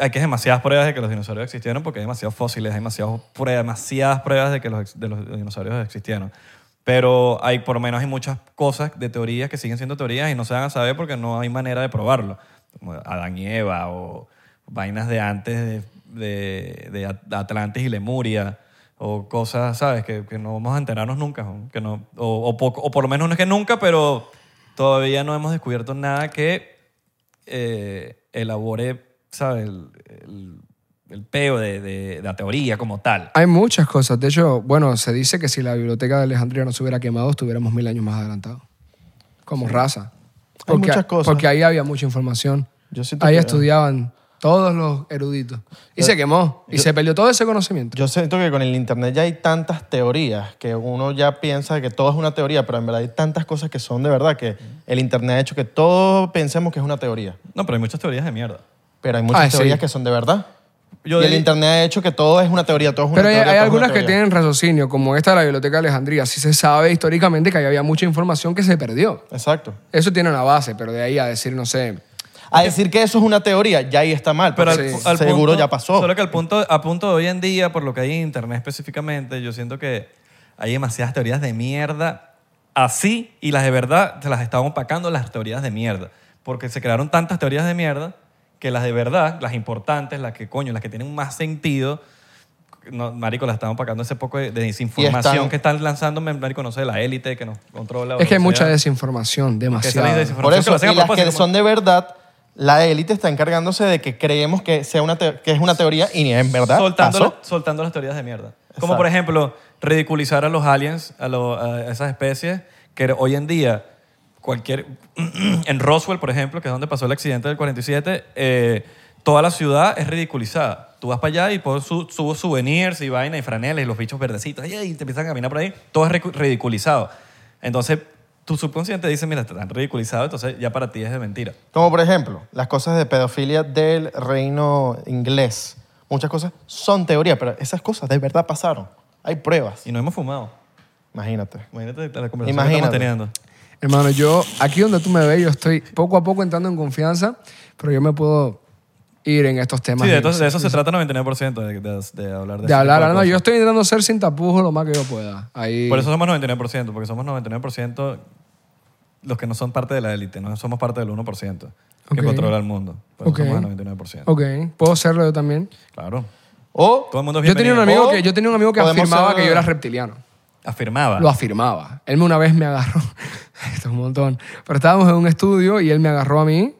[SPEAKER 3] Hay que demasiadas pruebas de que los dinosaurios existieron porque hay demasiados fósiles, hay demasiados prue- demasiadas pruebas de que los, ex- de los dinosaurios existieron. Pero hay, por lo menos hay muchas cosas de teorías que siguen siendo teorías y no se van a saber porque no hay manera de probarlo. Como Adán y Eva o vainas de antes de, de- de At- Atlantis y Lemuria o cosas, ¿sabes? Que, que no vamos a enterarnos nunca. ¿no? Que no, o, o poco- o por lo menos no es que nunca, pero todavía no hemos descubierto nada que eh, elabore, ¿sabes? El, el- el peo de, de- de la teoría como tal.
[SPEAKER 1] Hay muchas cosas. De hecho, bueno, se dice que si la biblioteca de Alejandría no se hubiera quemado, estuviéramos mil años más adelantados. Como raza.
[SPEAKER 4] muchas cosas.
[SPEAKER 1] Porque ahí había mucha información.
[SPEAKER 4] Yo siento
[SPEAKER 1] Ahí
[SPEAKER 4] que-
[SPEAKER 1] estudiaban Todos los eruditos. Y se quemó. Y se perdió todo ese conocimiento.
[SPEAKER 4] Yo siento que con el internet ya hay tantas teorías que uno ya piensa que todo es una teoría, pero en verdad hay tantas cosas que son de verdad que el internet ha hecho que todos pensemos que es una teoría.
[SPEAKER 3] No, pero hay muchas teorías de mierda.
[SPEAKER 4] Pero hay muchas
[SPEAKER 1] Ah, sí.
[SPEAKER 4] teorías que son de verdad.
[SPEAKER 3] Yo
[SPEAKER 4] y el
[SPEAKER 3] de-
[SPEAKER 4] internet ha hecho que todo es una teoría, todo es una
[SPEAKER 1] Pero hay,
[SPEAKER 4] teoría.
[SPEAKER 1] hay
[SPEAKER 4] todo es una
[SPEAKER 1] algunas que
[SPEAKER 4] teoría.
[SPEAKER 1] tienen raciocinio, como esta de la Biblioteca de Alejandría. Sí se sabe históricamente que ahí había mucha información que se perdió.
[SPEAKER 4] Exacto.
[SPEAKER 1] Eso tiene una base, pero de ahí a decir, no sé,
[SPEAKER 4] A decir que eso es una teoría, ya ahí está mal,
[SPEAKER 3] Pero
[SPEAKER 4] pero
[SPEAKER 3] al, al
[SPEAKER 4] seguro
[SPEAKER 3] punto-
[SPEAKER 4] ya pasó.
[SPEAKER 3] Solo que al punto, a punto de hoy en día, por lo que hay en internet específicamente, yo siento que hay demasiadas teorías de mierda así y las de verdad se las están opacando las teorías de mierda. Porque se crearon tantas teorías de mierda que las de verdad, las importantes, las que coño, las que tienen más sentido, no, marico, las están opacando ese poco de, de desinformación
[SPEAKER 4] están-
[SPEAKER 3] que están lanzándome, marico, no sé, la élite que nos controla. o
[SPEAKER 1] es que hay
[SPEAKER 3] lo
[SPEAKER 1] mucha
[SPEAKER 3] sea.
[SPEAKER 1] desinformación,
[SPEAKER 3] Que esa es la
[SPEAKER 1] demasiada.
[SPEAKER 3] desinformación
[SPEAKER 4] Por
[SPEAKER 3] que
[SPEAKER 4] eso,
[SPEAKER 3] lo hacen a
[SPEAKER 4] y las que
[SPEAKER 3] propósito, como-
[SPEAKER 4] son de verdad, la élite está encargándose de que creemos que, sea una teo- que es una teoría y ni en verdad
[SPEAKER 3] soltando,
[SPEAKER 4] pasó.
[SPEAKER 3] las- soltando las teorías de mierda.
[SPEAKER 4] Exacto.
[SPEAKER 3] Como por ejemplo, ridiculizar a los aliens, a, lo- a esas especies, que hoy en día, cualquier. en Roswell, por ejemplo, que es donde pasó el accidente del 47, eh, toda la ciudad es ridiculizada. Tú vas para allá y por su, subo souvenirs y vainas y franeles y los bichos verdecitos, ay, ay, y te empiezan a caminar por ahí, todo es ridicu- ridiculizado. Entonces, tu subconsciente dice, mira, están ridiculizado, entonces ya para ti es de mentira.
[SPEAKER 4] Como por ejemplo, las cosas de pedofilia del reino inglés. Muchas cosas son teoría, pero esas cosas de verdad pasaron. Hay pruebas.
[SPEAKER 3] Y no hemos fumado.
[SPEAKER 4] Imagínate.
[SPEAKER 3] Imagínate la conversación que
[SPEAKER 4] Imagínate.
[SPEAKER 3] estamos teniendo.
[SPEAKER 1] Hermano, yo, aquí donde tú me ves, yo estoy poco a poco entrando en confianza, pero yo me puedo ir en estos temas.
[SPEAKER 3] Sí, de,
[SPEAKER 1] y-
[SPEAKER 3] eso- de eso se trata 99%, de, de- de hablar de,
[SPEAKER 1] de
[SPEAKER 3] ese
[SPEAKER 1] hablar.
[SPEAKER 3] tipo de
[SPEAKER 1] No, yo
[SPEAKER 3] cosas.
[SPEAKER 1] estoy intentando ser sin tapujos lo más que yo pueda. Ahí.
[SPEAKER 3] Por eso somos 99%, porque somos 99% los que no son parte de la élite, no somos parte del 1%
[SPEAKER 1] Ok.
[SPEAKER 3] que controla el mundo. Por eso
[SPEAKER 1] Ok.
[SPEAKER 3] somos el 99%.
[SPEAKER 1] Ok, puedo serlo yo también.
[SPEAKER 3] Claro.
[SPEAKER 4] O
[SPEAKER 3] Todo el mundo es
[SPEAKER 1] Yo tenía, un
[SPEAKER 3] bienvenido.
[SPEAKER 1] amigo
[SPEAKER 4] O
[SPEAKER 1] que, yo tenía un amigo que
[SPEAKER 4] podemos
[SPEAKER 1] afirmaba
[SPEAKER 4] ser-
[SPEAKER 1] que yo era reptiliano.
[SPEAKER 3] Afirmaba.
[SPEAKER 1] Lo afirmaba. Él me- una vez me agarró. Esto es un montón. Pero estábamos en un estudio y él me agarró a mí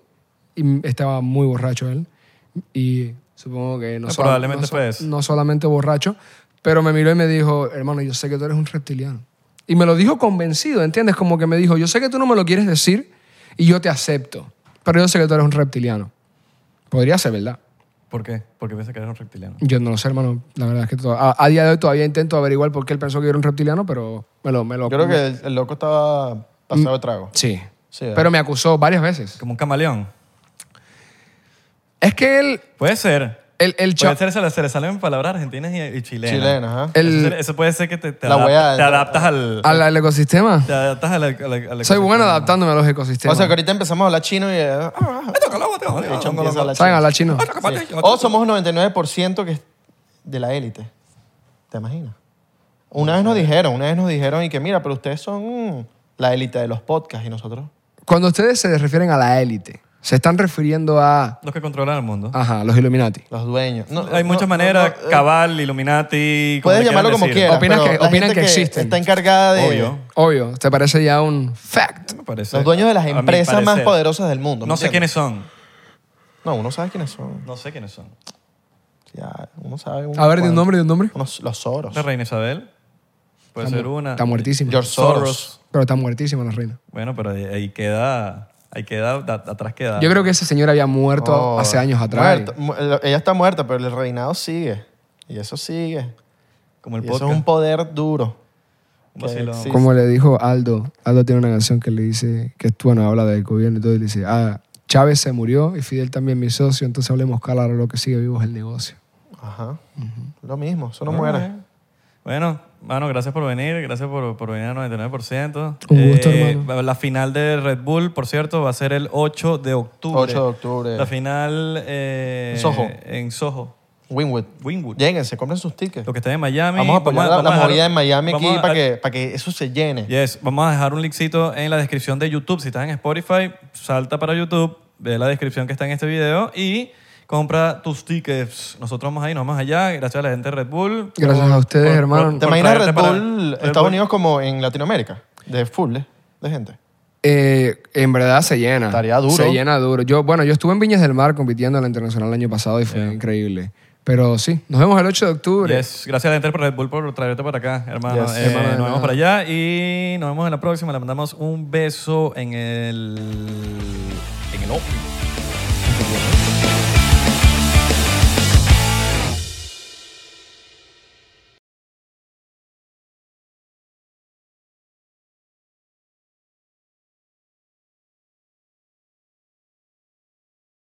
[SPEAKER 1] y m- estaba muy borracho él. Y supongo que no,
[SPEAKER 3] Eh,
[SPEAKER 1] sola-
[SPEAKER 3] probablemente
[SPEAKER 1] no so-
[SPEAKER 3] fue eso.
[SPEAKER 1] no solamente borracho, pero me miró y me dijo, hermano, yo sé que tú eres un reptiliano. Y me lo dijo convencido, ¿entiendes? Como que me dijo, yo sé que tú no me lo quieres decir y yo te acepto, pero yo sé que tú eres un reptiliano. Podría ser verdad.
[SPEAKER 3] ¿Por qué? Porque piensa que eres un reptiliano.
[SPEAKER 1] Yo no lo sé, hermano. La verdad es que to- a, a día de hoy todavía intento averiguar por qué él pensó que yo era un reptiliano, pero me lo... Me lo
[SPEAKER 4] yo creo que el, el loco estaba pasado de trago.
[SPEAKER 1] Sí.
[SPEAKER 4] Sí, ¿verdad?
[SPEAKER 1] pero me acusó varias veces.
[SPEAKER 3] Como un camaleón.
[SPEAKER 1] Es que él...
[SPEAKER 3] Puede ser.
[SPEAKER 1] El, el cha-
[SPEAKER 3] Puede ser, se le, se le salen palabras argentinas y, y chilenas.
[SPEAKER 4] Chilenas, ajá.
[SPEAKER 1] El-
[SPEAKER 3] Eso, se- eso puede ser que te, te
[SPEAKER 4] La
[SPEAKER 3] adap-
[SPEAKER 4] weá,
[SPEAKER 3] te
[SPEAKER 4] el-
[SPEAKER 3] adaptas al...
[SPEAKER 1] al, al ecosistema.
[SPEAKER 3] te adaptas a la- a la- a la-
[SPEAKER 1] Soy bueno adaptándome a los ecosistemas.
[SPEAKER 4] O sea, que ahorita empezamos a hablar chino y... eh, ah, ah, ah,
[SPEAKER 3] Ay, tócalo, tócalo, tócalo,
[SPEAKER 4] el chon
[SPEAKER 3] tócalo,
[SPEAKER 4] empieza a
[SPEAKER 1] ¿Saben
[SPEAKER 4] hablar chino.
[SPEAKER 1] hablar chino?
[SPEAKER 3] tócalo.
[SPEAKER 4] Sí. O somos un 99% que es de la élite. ¿Te imaginas? Una vez nos dijeron, una vez nos dijeron y que mira, pero ustedes son mm, la élite de los podcasts y nosotros.
[SPEAKER 1] Cuando ustedes se refieren a la élite, se están refiriendo a...
[SPEAKER 3] Los que controlan el mundo.
[SPEAKER 1] Ajá, los Illuminati.
[SPEAKER 4] Los dueños. Ah, No,
[SPEAKER 3] Hay
[SPEAKER 4] no,
[SPEAKER 3] muchas
[SPEAKER 4] no,
[SPEAKER 3] maneras,
[SPEAKER 4] no, eh,
[SPEAKER 3] cabal, Illuminati.
[SPEAKER 4] puedes
[SPEAKER 3] le quieran
[SPEAKER 4] llamarlo como
[SPEAKER 3] decir.
[SPEAKER 4] quieras.
[SPEAKER 1] Opinan
[SPEAKER 4] pero
[SPEAKER 1] que-
[SPEAKER 4] la
[SPEAKER 1] opinan
[SPEAKER 4] gente
[SPEAKER 1] que existen.
[SPEAKER 4] Está encargada de.
[SPEAKER 3] Obvio.
[SPEAKER 1] Obvio, te parece ya un fact.
[SPEAKER 3] Me parece,
[SPEAKER 4] Los dueños de las
[SPEAKER 3] a mi
[SPEAKER 4] empresas más
[SPEAKER 3] parecer.
[SPEAKER 4] poderosas del mundo. ¿me
[SPEAKER 3] No sé
[SPEAKER 4] entiendes?
[SPEAKER 3] quiénes son.
[SPEAKER 4] No, uno sabe quiénes son.
[SPEAKER 3] No sé quiénes son.
[SPEAKER 4] Ya, uno
[SPEAKER 1] A
[SPEAKER 4] sabe.
[SPEAKER 1] ver, de un
[SPEAKER 4] cuántos.
[SPEAKER 1] nombre, de un nombre.
[SPEAKER 4] Unos- los Soros.
[SPEAKER 3] La reina Isabel. Puede
[SPEAKER 1] Está
[SPEAKER 3] ser
[SPEAKER 1] mu-
[SPEAKER 3] una.
[SPEAKER 1] Está muertísima.
[SPEAKER 4] George Soros.
[SPEAKER 3] Soros.
[SPEAKER 1] Pero está muertísima la reina.
[SPEAKER 3] Bueno, pero ahí, ahí queda. Ahí queda. da- atrás queda.
[SPEAKER 1] Yo creo que ese señor había muerto
[SPEAKER 4] Oh,
[SPEAKER 1] hace años atrás.
[SPEAKER 4] muerta. Mu- Ella está muerta, pero el reinado sigue. Y eso sigue.
[SPEAKER 3] Como el
[SPEAKER 4] Y eso
[SPEAKER 3] podcast.
[SPEAKER 4] es un poder duro.
[SPEAKER 3] Un vacilón.
[SPEAKER 4] que existe.
[SPEAKER 1] Como le dijo Aldo, Aldo tiene una canción que le dice, que bueno, habla del gobierno y todo, y le dice, ah, Chávez se murió y Fidel también mi socio, entonces hablemos claro, lo que sigue vivo es el negocio.
[SPEAKER 4] Ajá. Lo mismo, eso no
[SPEAKER 3] Ah,
[SPEAKER 4] muere.
[SPEAKER 3] bien. Bueno, mano, gracias por venir. Gracias por, por venir al 99%.
[SPEAKER 1] Un gusto, hermano.
[SPEAKER 3] La final de Red Bull, por cierto, va a ser el 8 de octubre.
[SPEAKER 4] 8 de octubre.
[SPEAKER 3] La final. eh,
[SPEAKER 4] En Soho.
[SPEAKER 3] En Soho.
[SPEAKER 4] Winwood.
[SPEAKER 3] Winwood.
[SPEAKER 4] Lléguense, compren sus tickets.
[SPEAKER 3] eh. Lo que está en Miami.
[SPEAKER 4] Vamos a apoyar la- la,
[SPEAKER 3] vamos a
[SPEAKER 4] movida
[SPEAKER 3] dejar-
[SPEAKER 4] en Miami aquí
[SPEAKER 3] vamos a-
[SPEAKER 4] para que, para que eso se llene.
[SPEAKER 3] Yes, vamos a dejar un linkcito en la descripción de YouTube. Si estás en Spotify, salta para YouTube, ve la descripción que está en este video y compra tus tickets. Nosotros vamos ahí, nos vamos allá. Gracias a la gente de Red Bull.
[SPEAKER 1] Gracias a ustedes, hermano.
[SPEAKER 4] ¿Te
[SPEAKER 3] por
[SPEAKER 4] imaginas Red
[SPEAKER 3] traerte para-
[SPEAKER 4] Bull
[SPEAKER 3] Red
[SPEAKER 4] Estados
[SPEAKER 3] Bull.
[SPEAKER 4] Unidos como en Latinoamérica? De full eh, de gente.
[SPEAKER 1] Eh, en verdad se llena.
[SPEAKER 4] Estaría duro.
[SPEAKER 1] Se llena duro. Yo, bueno, yo estuve en Viñas del Mar compitiendo en la internacional el año pasado y fue increíble. Pero sí, nos vemos el 8 de octubre.
[SPEAKER 3] Yes, gracias a la gente de Red Bull por traerte para acá, hermano.
[SPEAKER 4] Yes.
[SPEAKER 3] Eh,
[SPEAKER 1] Hermano, de
[SPEAKER 3] nos
[SPEAKER 1] nada.
[SPEAKER 3] vemos para allá y nos vemos en la próxima. Le mandamos un beso en el... En el ojo.